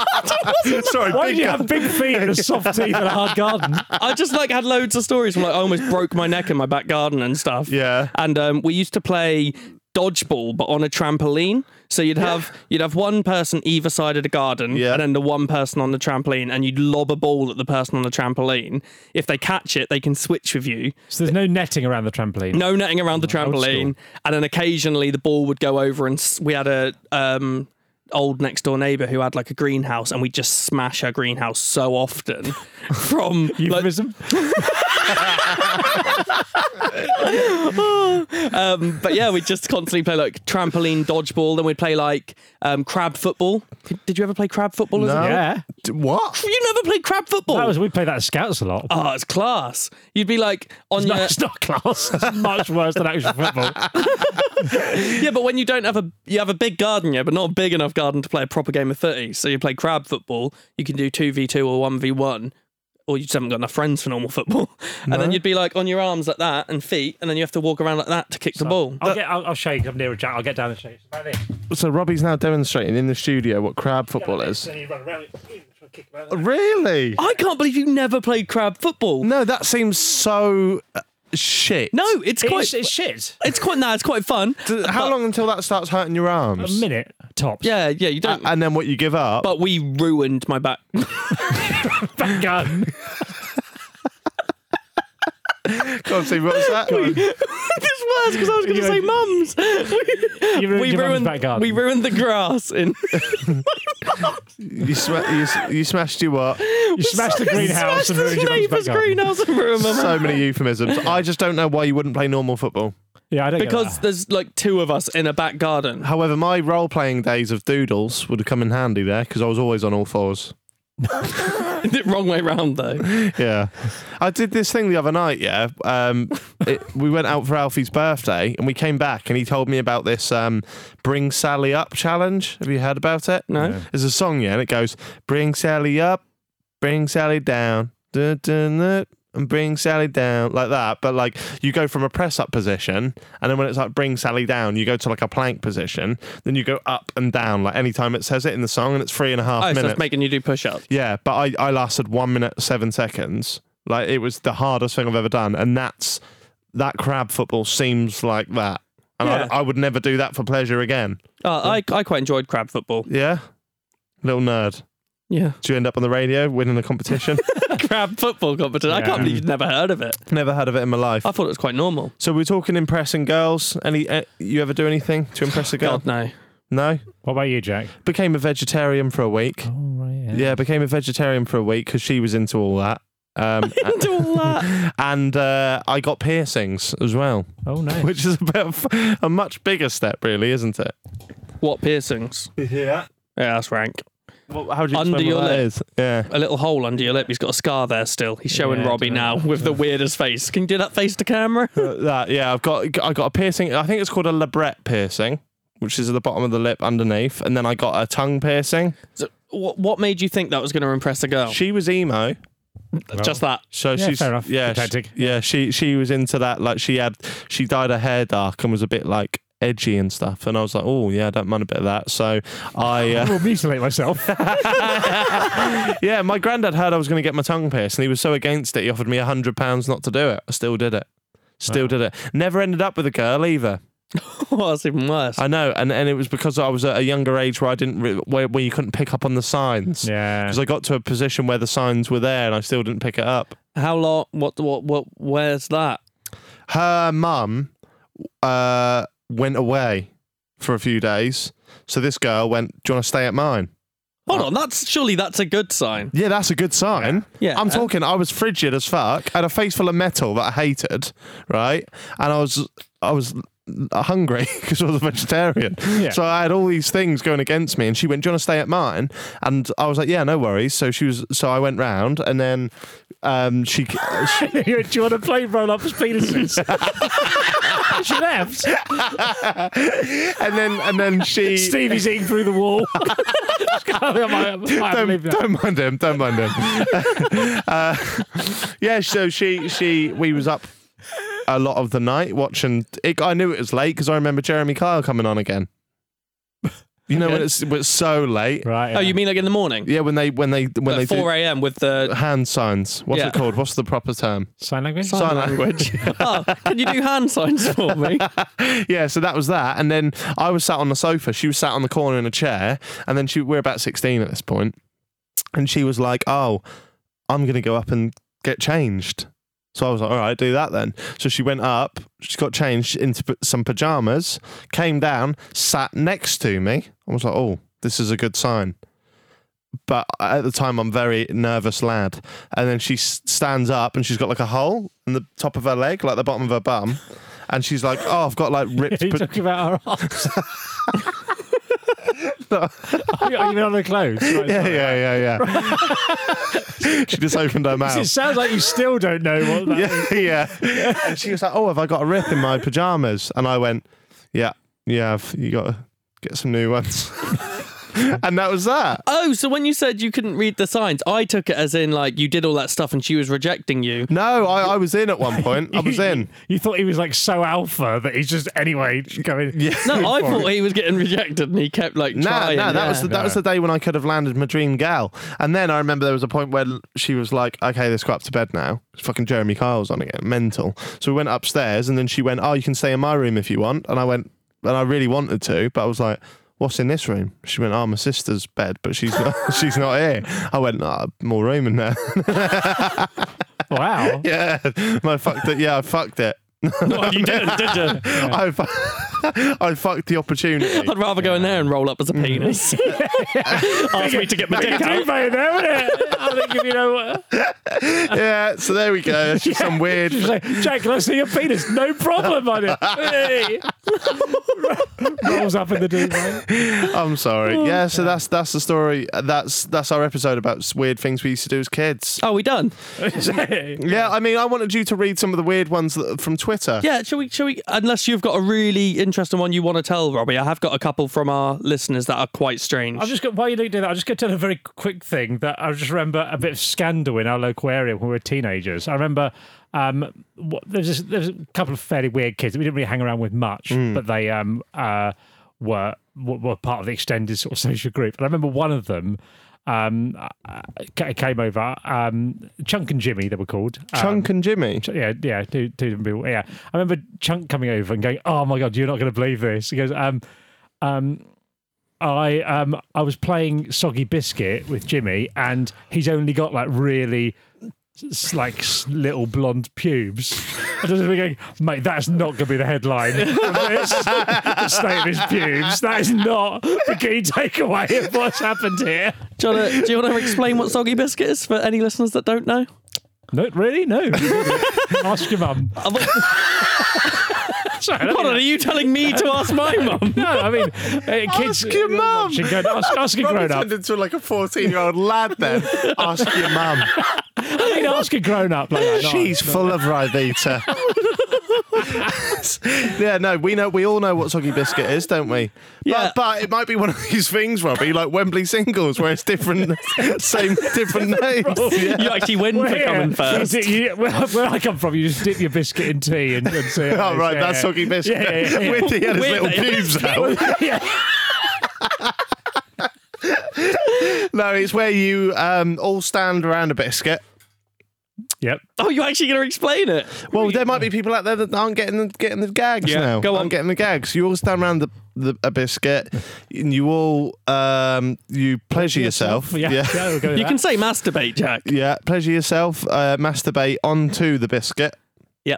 S4: sorry,
S5: Why
S4: big
S5: do you
S4: garden.
S5: have big feet and a soft teeth and a hard garden?
S3: I just like had loads of stories from like I almost broke my neck in my back garden and stuff.
S4: Yeah.
S3: And um, we used to play dodgeball, but on a trampoline. So you'd have you'd have one person either side of the garden,
S4: Yeah.
S3: and then the one person on the trampoline, and you'd lob a ball at the person on the trampoline. If they catch it, they can switch with you.
S5: So there's no netting around the trampoline.
S3: No netting around the
S5: Old
S3: trampoline, and then occasionally the ball would go over, and s- we had a um, old next door neighbour who had like a greenhouse, and we would just smash her greenhouse so often from like,
S5: Euphemism.
S3: Um, but yeah, we just constantly play like trampoline dodgeball. Then we'd play like um, crab football. Did you ever play crab football? as a kid?
S5: Yeah.
S4: D- What?
S3: You never played crab football.
S5: That was we played that as scouts a lot.
S3: Oh, it's class. You'd be like on
S5: No,
S3: your
S5: it's not class. It's much worse than actual football.
S3: yeah, but when you don't have a you have a big garden, yeah, but not a big enough garden to play a proper game of thirty. So you play crab football. You can do two v two or one v one, or you just haven't got enough friends for normal football. And then you'd be like on your arms like that and feet, and then you have to walk around like that to kick the ball.
S5: I'll, get, I'll, I'll show you 'cause I'm near a jack. I'll get down and show you. It's Like this.
S4: So Robbie's now demonstrating in the studio what crab football is.
S5: Then you run around it, try and kick it around.
S4: Really?
S3: I can't believe you never played crab football.
S4: No, that seems so uh, shit.
S3: No, it's
S5: It's,
S3: quite
S5: it's, shit.
S3: it's quite nah, it's quite fun.
S4: D- How
S3: But-
S4: long until that starts hurting your
S5: A
S4: arms?
S5: minute tops.
S3: Yeah, yeah, you don't.
S4: And then what you give up?
S3: but we ruined my back.
S5: Back gun.
S4: God, see, what's that?
S3: it's worse because I was going to
S5: You-
S3: say mums. We,
S5: You ruined
S3: we
S5: your mum's
S3: ruined
S5: back garden.
S3: we ruined the grass in.
S4: you, sma- you, s- you smashed you up.
S5: You smashed the greenhouse and ruined your mum's back
S3: neighbour's
S5: garden.
S3: greenhouse and ruined my mum.
S4: So many euphemisms. I just don't know why you wouldn't play normal football.
S5: Yeah, I don't
S3: Because
S5: get
S3: there's like two of us in a back garden.
S4: However, my role playing days of doodles would have come in handy there because I was always on all fours.
S3: Wrong way round though.
S4: Yeah. I did this thing the other night, yeah. Um, it, we went out for Alfie's birthday and we came back and he told me about this um, Bring Sally Up challenge. Have you heard about it?
S3: No. Yeah.
S4: There's a song, yeah, and it goes Bring Sally up, bring Sally down. Dun, dun, dun, and bring Sally down like that, but like you go from a press up position, and then when it's like bring Sally down, you go to like a plank position, then you go up and down. Like anytime it says it in the song, and it's three and a half
S3: Oh, so
S4: minutes.
S3: it's making you do push ups.
S4: Yeah, but I, I lasted one minute seven seconds. Like it was the hardest thing I've ever done, and that's that crab football seems like that, and
S3: Yeah.
S4: I, I would never do that for pleasure again.
S3: Oh, I, I quite enjoyed crab football.
S4: Yeah, little nerd.
S3: Yeah.
S4: Do you end up on the radio winning a competition?
S3: crab football competition. I can't believe you've never heard of it.
S4: never heard of it in my life.
S3: I thought it was quite normal.
S4: So we're talking impressing girls. Any uh, you ever do anything to impress a girl?
S3: God, no.
S4: No.
S5: that. What about you, Jack?
S4: Became a vegetarian for a week.
S5: Oh, right,
S4: Yeah, became a vegetarian for a week because she was into all that. Um,
S3: Into all that.
S4: and uh, I got piercings as well.
S5: Oh, no.
S4: which is a bit of a much bigger step, really, isn't it?
S3: What piercings? Yeah. Yeah, that's rank.
S4: Well, how do you
S3: Under
S4: explain
S3: your
S4: what that
S3: lip.
S4: is? Yeah.
S3: A little hole under your lip. He's got a scar there still. He's showing
S5: Yeah,
S3: Robbie
S5: do it.
S3: now with the weirdest face. Can you do that face to camera?
S4: That yeah, I've got I got a piercing. I think it's called a labret piercing, which is at the bottom of the lip underneath, and then I got a tongue piercing.
S3: So, what, what made you think that was going to impress a girl?
S4: She was emo,
S3: Just that.
S4: so
S5: Yeah,
S4: she's
S5: fair enough.
S4: Oh. yeah,
S5: Good
S4: she,
S5: tactic.
S4: yeah. She she was into that. Like she had she dyed her hair dark and was a bit like edgy and stuff. And I was like, oh yeah, I don't mind a bit of that. So I. Uh,
S5: I will mutilate myself.
S4: yeah, my granddad heard I was going to get my tongue pierced, and he was so against it, he offered me a hundred pounds not to do it. I still did it. Still did it. Never ended up with a girl either.
S3: Oh, that's even worse.
S4: I know, and and it was because I was at a younger age where I didn't re- where, where you couldn't pick up on the signs.
S5: yeah.
S4: Because I got to a position where the signs were there, and I still didn't pick it up.
S3: How long? What? What? What? Where's that?
S4: Her mum uh, went away for a few days, so this girl went. Do you want to stay at mine?
S3: Hold on, that's surely that's a good sign.
S4: Yeah, that's a good sign.
S3: Yeah.
S4: I'm
S3: Yeah.
S4: talking, I was frigid as fuck, had a face full of metal that I hated, right? And I was I was hungry because I was a vegetarian.
S5: Yeah.
S4: So I had all these things going against me and she went, Do you want to stay at mine? And I was like, Yeah, no worries. So she was so I went round and then um she, she
S5: Do you want to play roll up as penises? she left.
S4: and then and then she
S5: Stevie's eating through the wall.
S4: don't, don't mind him. Don't mind him. Uh, yeah. So she she we was up a lot of the night watching. It, I knew it was late because I remember Jeremy Kyle coming on again. You know when
S3: Okay.
S4: it's when it's so late.
S5: Right.
S3: Oh, you mean like in the morning?
S4: Yeah, when they when they when
S3: At
S4: they
S3: four
S4: do
S3: a.m. with the
S4: hand signs. What's
S3: Yeah.
S4: it called? What's the proper term?
S5: sign language?
S4: Sign language.
S3: oh, can you do hand signs for me?
S4: yeah, so that was that. And then I was sat on the sofa. She was sat on the corner in a chair. And then she, we're about 16 at this point. And she was like, oh, I'm going to go up and get changed. So I was like, all right, do that then. So she went up, she got changed into p- some pajamas, came down, sat next to me. I was like, oh, this is a good sign. but at the time I'm very nervous lad. And then she s- stands up and she's got like a hole in the top of her leg, like the bottom of her bum. And she's like, "Oh, I've got like ripped."
S5: Are you
S4: pa-
S5: talking about our arms? Are you even on her clothes? Right,
S4: yeah,
S5: sorry.
S4: yeah, yeah, yeah. she just opened her mouth.
S5: It sounds like you still don't know what that
S4: yeah, yeah. And she was like, "Oh, have I got a rip in my pajamas?" And I went, "Yeah, yeah. I've, you got to get some new ones." and that was that.
S3: Oh, so when you said you couldn't read the signs, I took it as in like you did all that stuff and she was rejecting you.
S4: No, I, I was in at one point. I was in.
S5: You thought he was like so alpha that he's just anyway just going. Yeah.
S3: No, I thought he was getting rejected and he kept like
S4: No,
S3: trying.
S4: no, that
S3: yeah.
S4: was the, that was the day when I could have landed my dream gal. And then I remember there was a point where she was like, "Okay, let's go up to bed now." It's fucking Jeremy Kyle's on again, mental. So we went upstairs, and then she went, "Oh, you can stay in my room if you want." And I went, and I really wanted to, but I was like. What's in this room? She went, oh, my sister's bed, but she's not, she's not here. I went, oh, more room in there.
S5: Wow.
S4: yeah, I fucked it. Yeah, I fucked it.
S3: No, you didn't, did you?
S4: I, fu- I fucked the opportunity.
S3: I'd rather go in there and roll up as a
S4: Mm.
S3: penis. Ask me to get my dick out.
S5: Anyway, there, isn't it? I think if you know what.
S4: yeah, so there we go. That's just some weird.
S5: Just like, Jack, let's see your penis. No problem on it. Hey. Rolls up in the duvet.
S4: I'm sorry. Yeah, so that's that's the story. That's that's our episode about s- weird things we used to do as kids.
S3: Are we done?
S4: Yeah, I mean, I wanted you to read some of the weird ones that, from Twitter.
S3: Yeah, shall we? Shall we? Unless you've got a really interesting one you want to tell, Robbie, I have got a couple from our listeners that are quite strange.
S5: I'm just going, while you don't do that, I'm just going to tell a very quick thing that I just remember a bit of scandal in our local area when we were teenagers. I remember um, what, there's this, there's a couple of fairly weird kids that we didn't really hang around with much,
S4: Hmm.
S5: but they um, uh, were were were part of the extended sort of social group. And I remember one of them um, uh, ca- came over, um, Chunk and Jimmy, they were called. Um,
S4: Chunk and Jimmy.
S5: Ch- yeah, yeah, two, two different people. Yeah, I remember Chunk coming over and going, "Oh my god, you're not going to believe this." He goes, "Um, um, I um, I was playing Soggy Biscuit with Jimmy, and he's only got like really." s- Like s- little blonde pubes. I just remember going, mate, that's not going to be the headline. of this. the state of his pubes. That is not the key takeaway of what's happened here.
S3: do, you wanna, do you want to explain what soggy biscuit is for any listeners that don't know?
S5: No, really? No. Ask your mum.
S3: I thought-
S5: Sorry,
S3: Hold on, are you telling me to ask my mum?
S5: No, I mean, uh, kids.
S4: Ask your mum.
S5: She go, ask, ask a grown up.
S4: turned into like a 14 year old lad then. Ask your mum.
S5: I mean, ask a grown up. Like, that. No,
S4: She's full of ribita. yeah, no, we know we all know what soggy biscuit is, don't we?
S3: Yeah.
S4: But but it might be one of these things, Robbie, like Wembley singles where it's different same different names. Yeah.
S3: You actually win
S5: Well,
S3: for
S5: here,
S3: coming first.
S5: you- you- where, where I come from, you just dip your biscuit in tea and, and see.
S4: Oh, right, that's soggy biscuit.
S5: uh, Yeah, yeah, yeah.
S4: With he had his
S3: Weird
S4: little
S3: that it is.
S4: pubes out. No, it's where you um, all stand around a biscuit.
S5: Yep.
S3: Oh, you're actually going to explain it?
S4: Well, there might be people out there that aren't getting the, getting the gags
S3: Yeah,
S4: now.
S3: go
S4: Aren't
S3: on.
S4: getting the gags. You all stand around the, the a biscuit, and you all um, you pleasure yourself.
S5: Yeah. yeah.
S4: yeah,
S5: we'll go with
S3: You
S5: that.
S3: can say masturbate, Jack.
S4: Yeah, pleasure yourself. Uh, masturbate onto the biscuit,
S3: Yeah.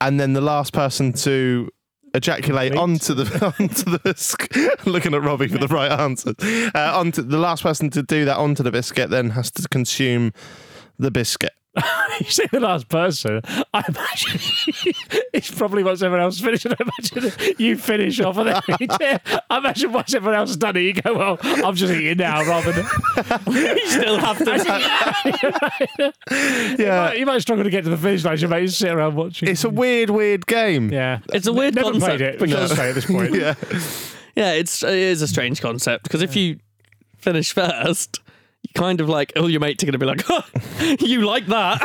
S4: and then the last person to ejaculate onto the onto the biscuit. looking at Robbie for the right answer. Uh, onto the last person to do that onto the biscuit then has to consume the biscuit.
S5: you say the last person. I imagine it's probably once everyone else finishes. I imagine you finish off, and then you do- I imagine once everyone else has done it, you go, "Well, I'm just eating now," rather than
S3: You still have to.
S4: Yeah,
S5: you might struggle to get to the finish line. You might just sit around watching.
S4: it's a weird, weird game.
S5: Mm. yeah.
S3: It's a weird
S5: Never
S3: concept.
S5: played it.
S3: because-
S5: Because at this point.
S4: Yeah.
S3: Yeah, it's it is a strange concept because if you finish first, you kind of like all your mates are going to be like, "Huh, you like that?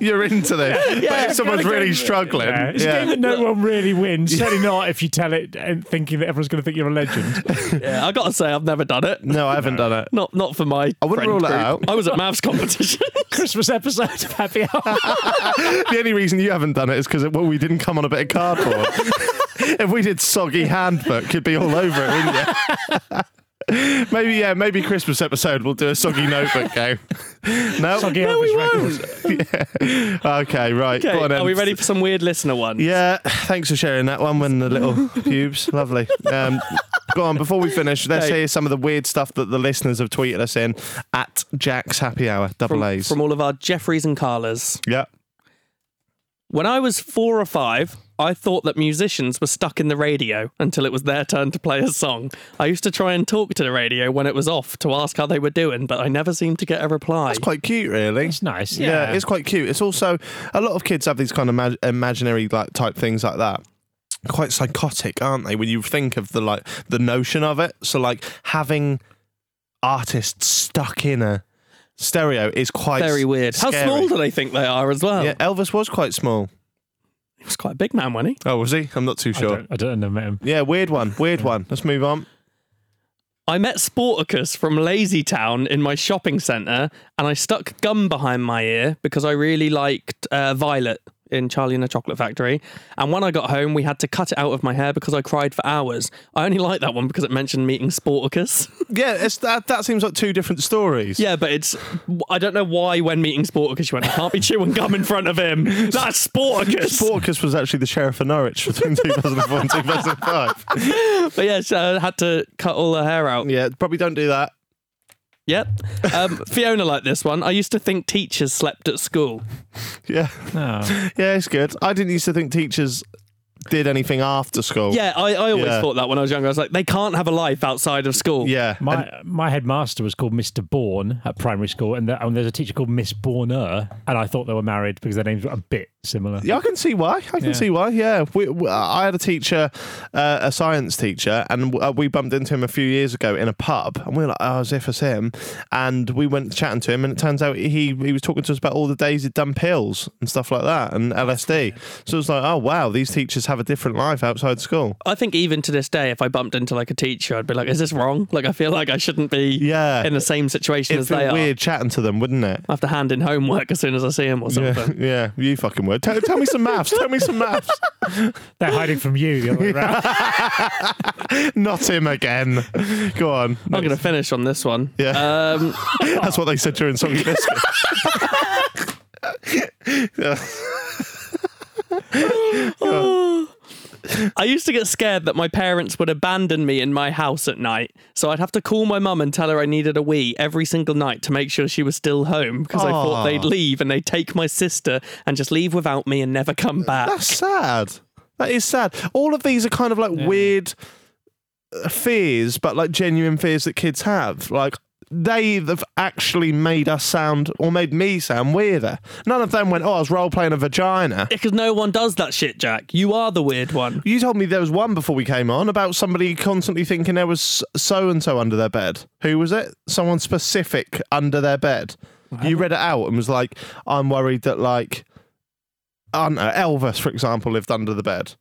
S4: You're into this. but if someone's
S5: gotta
S4: really
S5: go-
S4: struggling,
S5: Yeah,
S4: yeah.
S5: It's a game that no one really wins. Certainly not if you tell it and thinking that everyone's going to think you're a legend.
S3: yeah, I got to say, I've never done it.
S4: No, I haven't done it.
S3: Not not for my. I
S4: wouldn't rule it out.
S3: I was at maths competition.
S5: Christmas episode of Happy Hour.
S4: The only reason you haven't done it is because well, we didn't come on a bit of cardboard. if we did soggy handbook, you'd be all over it, wouldn't you? maybe yeah, maybe Christmas episode we'll do a soggy notebook game. No,
S5: Soggy No, we Elvis
S4: Yeah. Okay, right.
S3: okay,
S4: go on then.
S3: are we ready for some weird listener one?
S4: Yeah, thanks for sharing that one. When the little pubes, lovely. Um, Go on, before we finish, let's
S3: Hey.
S4: hear some of the weird stuff that the listeners have tweeted us in at Jack's Happy Hour, double
S3: from,
S4: A's.
S3: from all of our Jeffreys and Carlas.
S4: yeah.
S3: When I was four or five, I thought that musicians were stuck in the radio until it was their turn to play a song. I used to try and talk to the radio when it was off to ask how they were doing, but I never seemed to get a reply.
S4: It's quite cute, really.
S5: It's nice.
S4: Yeah. it's quite cute. It's also a lot of kids have these kind of ma- imaginary like type things like that. Quite psychotic, aren't they? When you think of the like the notion of it, so like having artists stuck in a stereo is quite
S3: very weird. How
S4: scary.
S3: small do they think they are as well?
S4: Yeah, Elvis was quite small.
S3: He was quite a big man, wasn't he?
S4: Oh, was he? I'm not too
S5: I
S4: sure.
S5: don't, I don't know. met him.
S4: Yeah, weird one. Weird one. Let's move on.
S3: I met Sporticus from Lazy Town in my shopping centre, and I stuck gum behind my ear because I really liked uh, Violet in Charlie and the Chocolate Factory. And when I got home, we had to cut it out of my hair because I cried for hours. I only like that one because it mentioned meeting Sporticus.
S4: Yeah, it's that. That seems like two different stories.
S3: yeah, but it's I don't know why when meeting Sporticus, you went, I can't be chewing gum in front of him. That's Sporticus.
S4: Sporkus was actually the sheriff of Norwich between 2004 and 2005.
S3: but yeah, so I had to cut all the hair out.
S4: Yeah, probably don't do that.
S3: Yep. Um, Fiona liked this one. I used to think teachers slept at school.
S4: Yeah.
S5: Oh.
S4: Yeah, it's good. I didn't used to think teachers did anything after school.
S3: Yeah, I, I always
S4: Yeah.
S3: thought that when I was younger. I was like, they can't have a life outside of school.
S4: Yeah.
S5: My my headmaster was called Mr. Bourne at primary school, and, there and there's a teacher called Miss Bourner, and I thought they were married because their names were a bit similar.
S4: Yeah, I can see why. I can
S5: Yeah.
S4: see why. Yeah, we, we- I had a teacher, uh, a science teacher, and uh, we bumped into him a few years ago in a pub, and we were like, "Oh, as if it's him." And we went chatting to him, and it turns out he he was talking to us about all the days he'd done pills and stuff like that, and LSD. So it was like, "Oh wow, these teachers have a different life outside school."
S3: I think even to this day, if I bumped into like a teacher, I'd be like, is this wrong? Like, I feel like I shouldn't be
S4: Yeah.
S3: in the same situation
S4: It'd
S3: as they
S4: feel
S3: are.
S4: weird chatting to them, wouldn't it?
S3: I have to hand in homework as soon as I see him or
S4: Yeah,
S3: something.
S4: yeah, you fucking would. Tell, tell me some maths. Tell me some maths.
S5: They're hiding from you the other way around.
S4: Not him again. Go on.
S3: I'm going to finish on this one.
S4: Yeah.
S3: Um,
S4: That's what they said during Song You Biscuit.
S3: Uh, I used to get scared that my parents would abandon me in my house at night, so I'd have to call my mum and tell her I needed a wee every single night to make sure she was still home because I thought
S4: Aw.
S3: they'd leave and they'd take my sister and just leave without me and never come back.
S4: That's sad. That is sad. All of these are kind of like weird uh, fears, but like genuine fears that kids have. Like they've actually made us sound or made me sound weirder. None of them went, "Oh, I was role playing a vagina."
S3: Because no one does that shit, Jack. You are the weird one.
S4: You told me there was one before we came on about somebody constantly thinking there was so and so under their bed. Who was it? Someone specific under their bed. You read it out and was like, I'm worried that, like, I don't know, Elvis, for example, lived under the bed.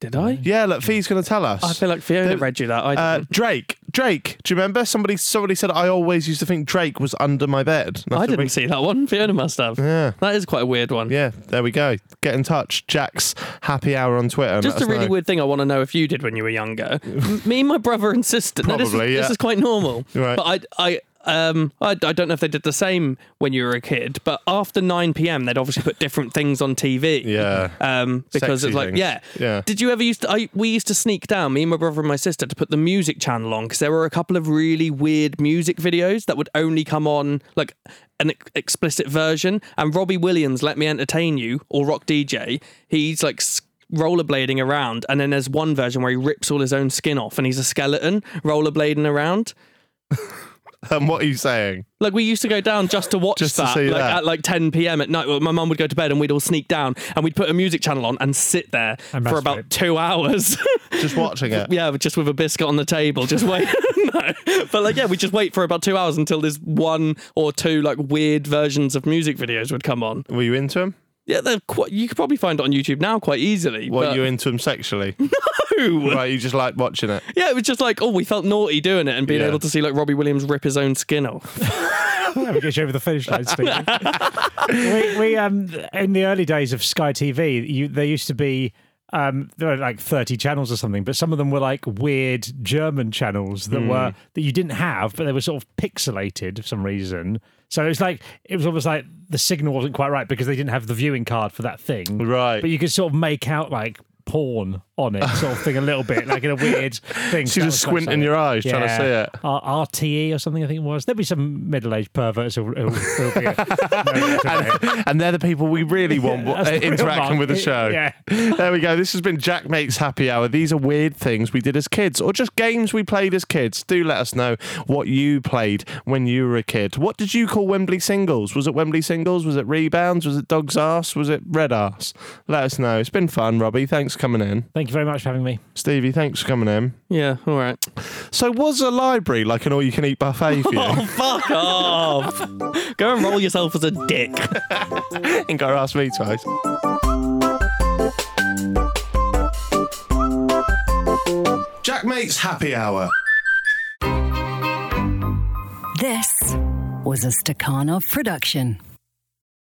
S3: Did I?
S4: Yeah, look, Fee's going to tell us.
S3: I feel like Fiona
S4: There-
S3: read you that. I
S4: uh,
S3: didn't.
S4: Drake, Drake, do you remember? Somebody somebody said, I always used to think Drake was under my bed. And
S3: I
S4: said,
S3: didn't
S4: "We-
S3: see that one. Fiona must have.
S4: Yeah.
S3: That is quite a weird one.
S4: Yeah, there we go. Get in touch. Jack's happy hour on Twitter. and
S3: Just
S4: let
S3: a
S4: us
S3: really
S4: know.
S3: weird thing I want to know if you did when you were younger. M- Me and my brother and sister. no, this, is,
S4: Probably,
S3: this
S4: yeah.
S3: is quite normal.
S4: Right.
S3: But I, I, um, I, I don't know if they did the same when you were a kid. But after nine p.m., they'd obviously put different things on TV.
S4: Yeah.
S3: Um, because
S4: Sexy
S3: it's like,
S4: things.
S3: yeah.
S4: Yeah.
S3: Did you ever used to? I we used to sneak down, me and my brother and my sister, to put the music channel on because there were a couple of really weird music videos that would only come on like an ex- explicit version. And Robbie Williams, "Let Me Entertain You" or Rock DJ, he's like. s- Rollerblading around, and then there's one version where he rips all his own skin off, and he's a skeleton rollerblading around.
S4: And what are you saying?
S3: Like we used to go down just to watch
S4: Just to
S3: that,
S4: see
S3: like
S4: that.
S3: at like 10 p.m. at night. Well, my mum would go to bed and we'd all sneak down and we'd put a music channel on and sit there
S5: And
S3: for
S5: masturbate.
S3: about two hours.
S4: Just watching it.
S3: yeah, just with a biscuit on the table, just wait. no, but like yeah, we just wait for about two hours until this one or two like weird versions of music videos would come on.
S4: Were you into him?
S3: Yeah, they're quite, you could probably find it on YouTube now quite easily.
S4: Were
S3: but-
S4: you into him sexually? right, you just like watching it.
S3: yeah, it was just like oh, we felt naughty doing it and being
S4: Yeah.
S3: able to see like Robbie Williams rip his own skin off.
S5: Let me get you over the finish line, Steve. we, we um, in the early days of Sky TV, you, there used to be. Um, there were like 30 channels or something, but some of them were like weird German channels that were that you didn't have, but they were sort of pixelated for some reason. So it was like it was almost like the signal wasn't quite right because they didn't have the viewing card for that thing,
S4: Right.
S5: But you could sort of make out like porn on it, sort of thing, a little bit, like in a weird thing.
S4: So you
S5: That
S4: just
S5: was quite
S4: squint in
S5: exciting.
S4: your eyes trying to see it.
S5: R- RTE or something, I think it was. There'll be some middle aged perverts who'll, who'll, who'll be
S4: and, and they're the people we really want
S5: Yeah, that's the real
S4: interacting
S5: market.
S4: with the show.
S5: Yeah.
S4: There we go. This has been Jack Makes Happy Hour. These are weird things we did as kids or just games we played as kids. Do let us know what you played when you were a kid. What did you call Wembley singles? Was it Wembley singles? Was it rebounds? Was it dog's ass? Was it red ass? Let us know. It's been fun, Robbie. Thanks for coming in.
S5: Thank you very much for having me.
S4: Stevie, thanks for coming in.
S3: Yeah, all right.
S4: So, was a library like an all you can eat buffet for you?
S3: Fuck off. Go and roll yourself as a dick.
S4: and go ask me twice. Jack Mate's Happy Hour.
S8: This was a Stakhanov production.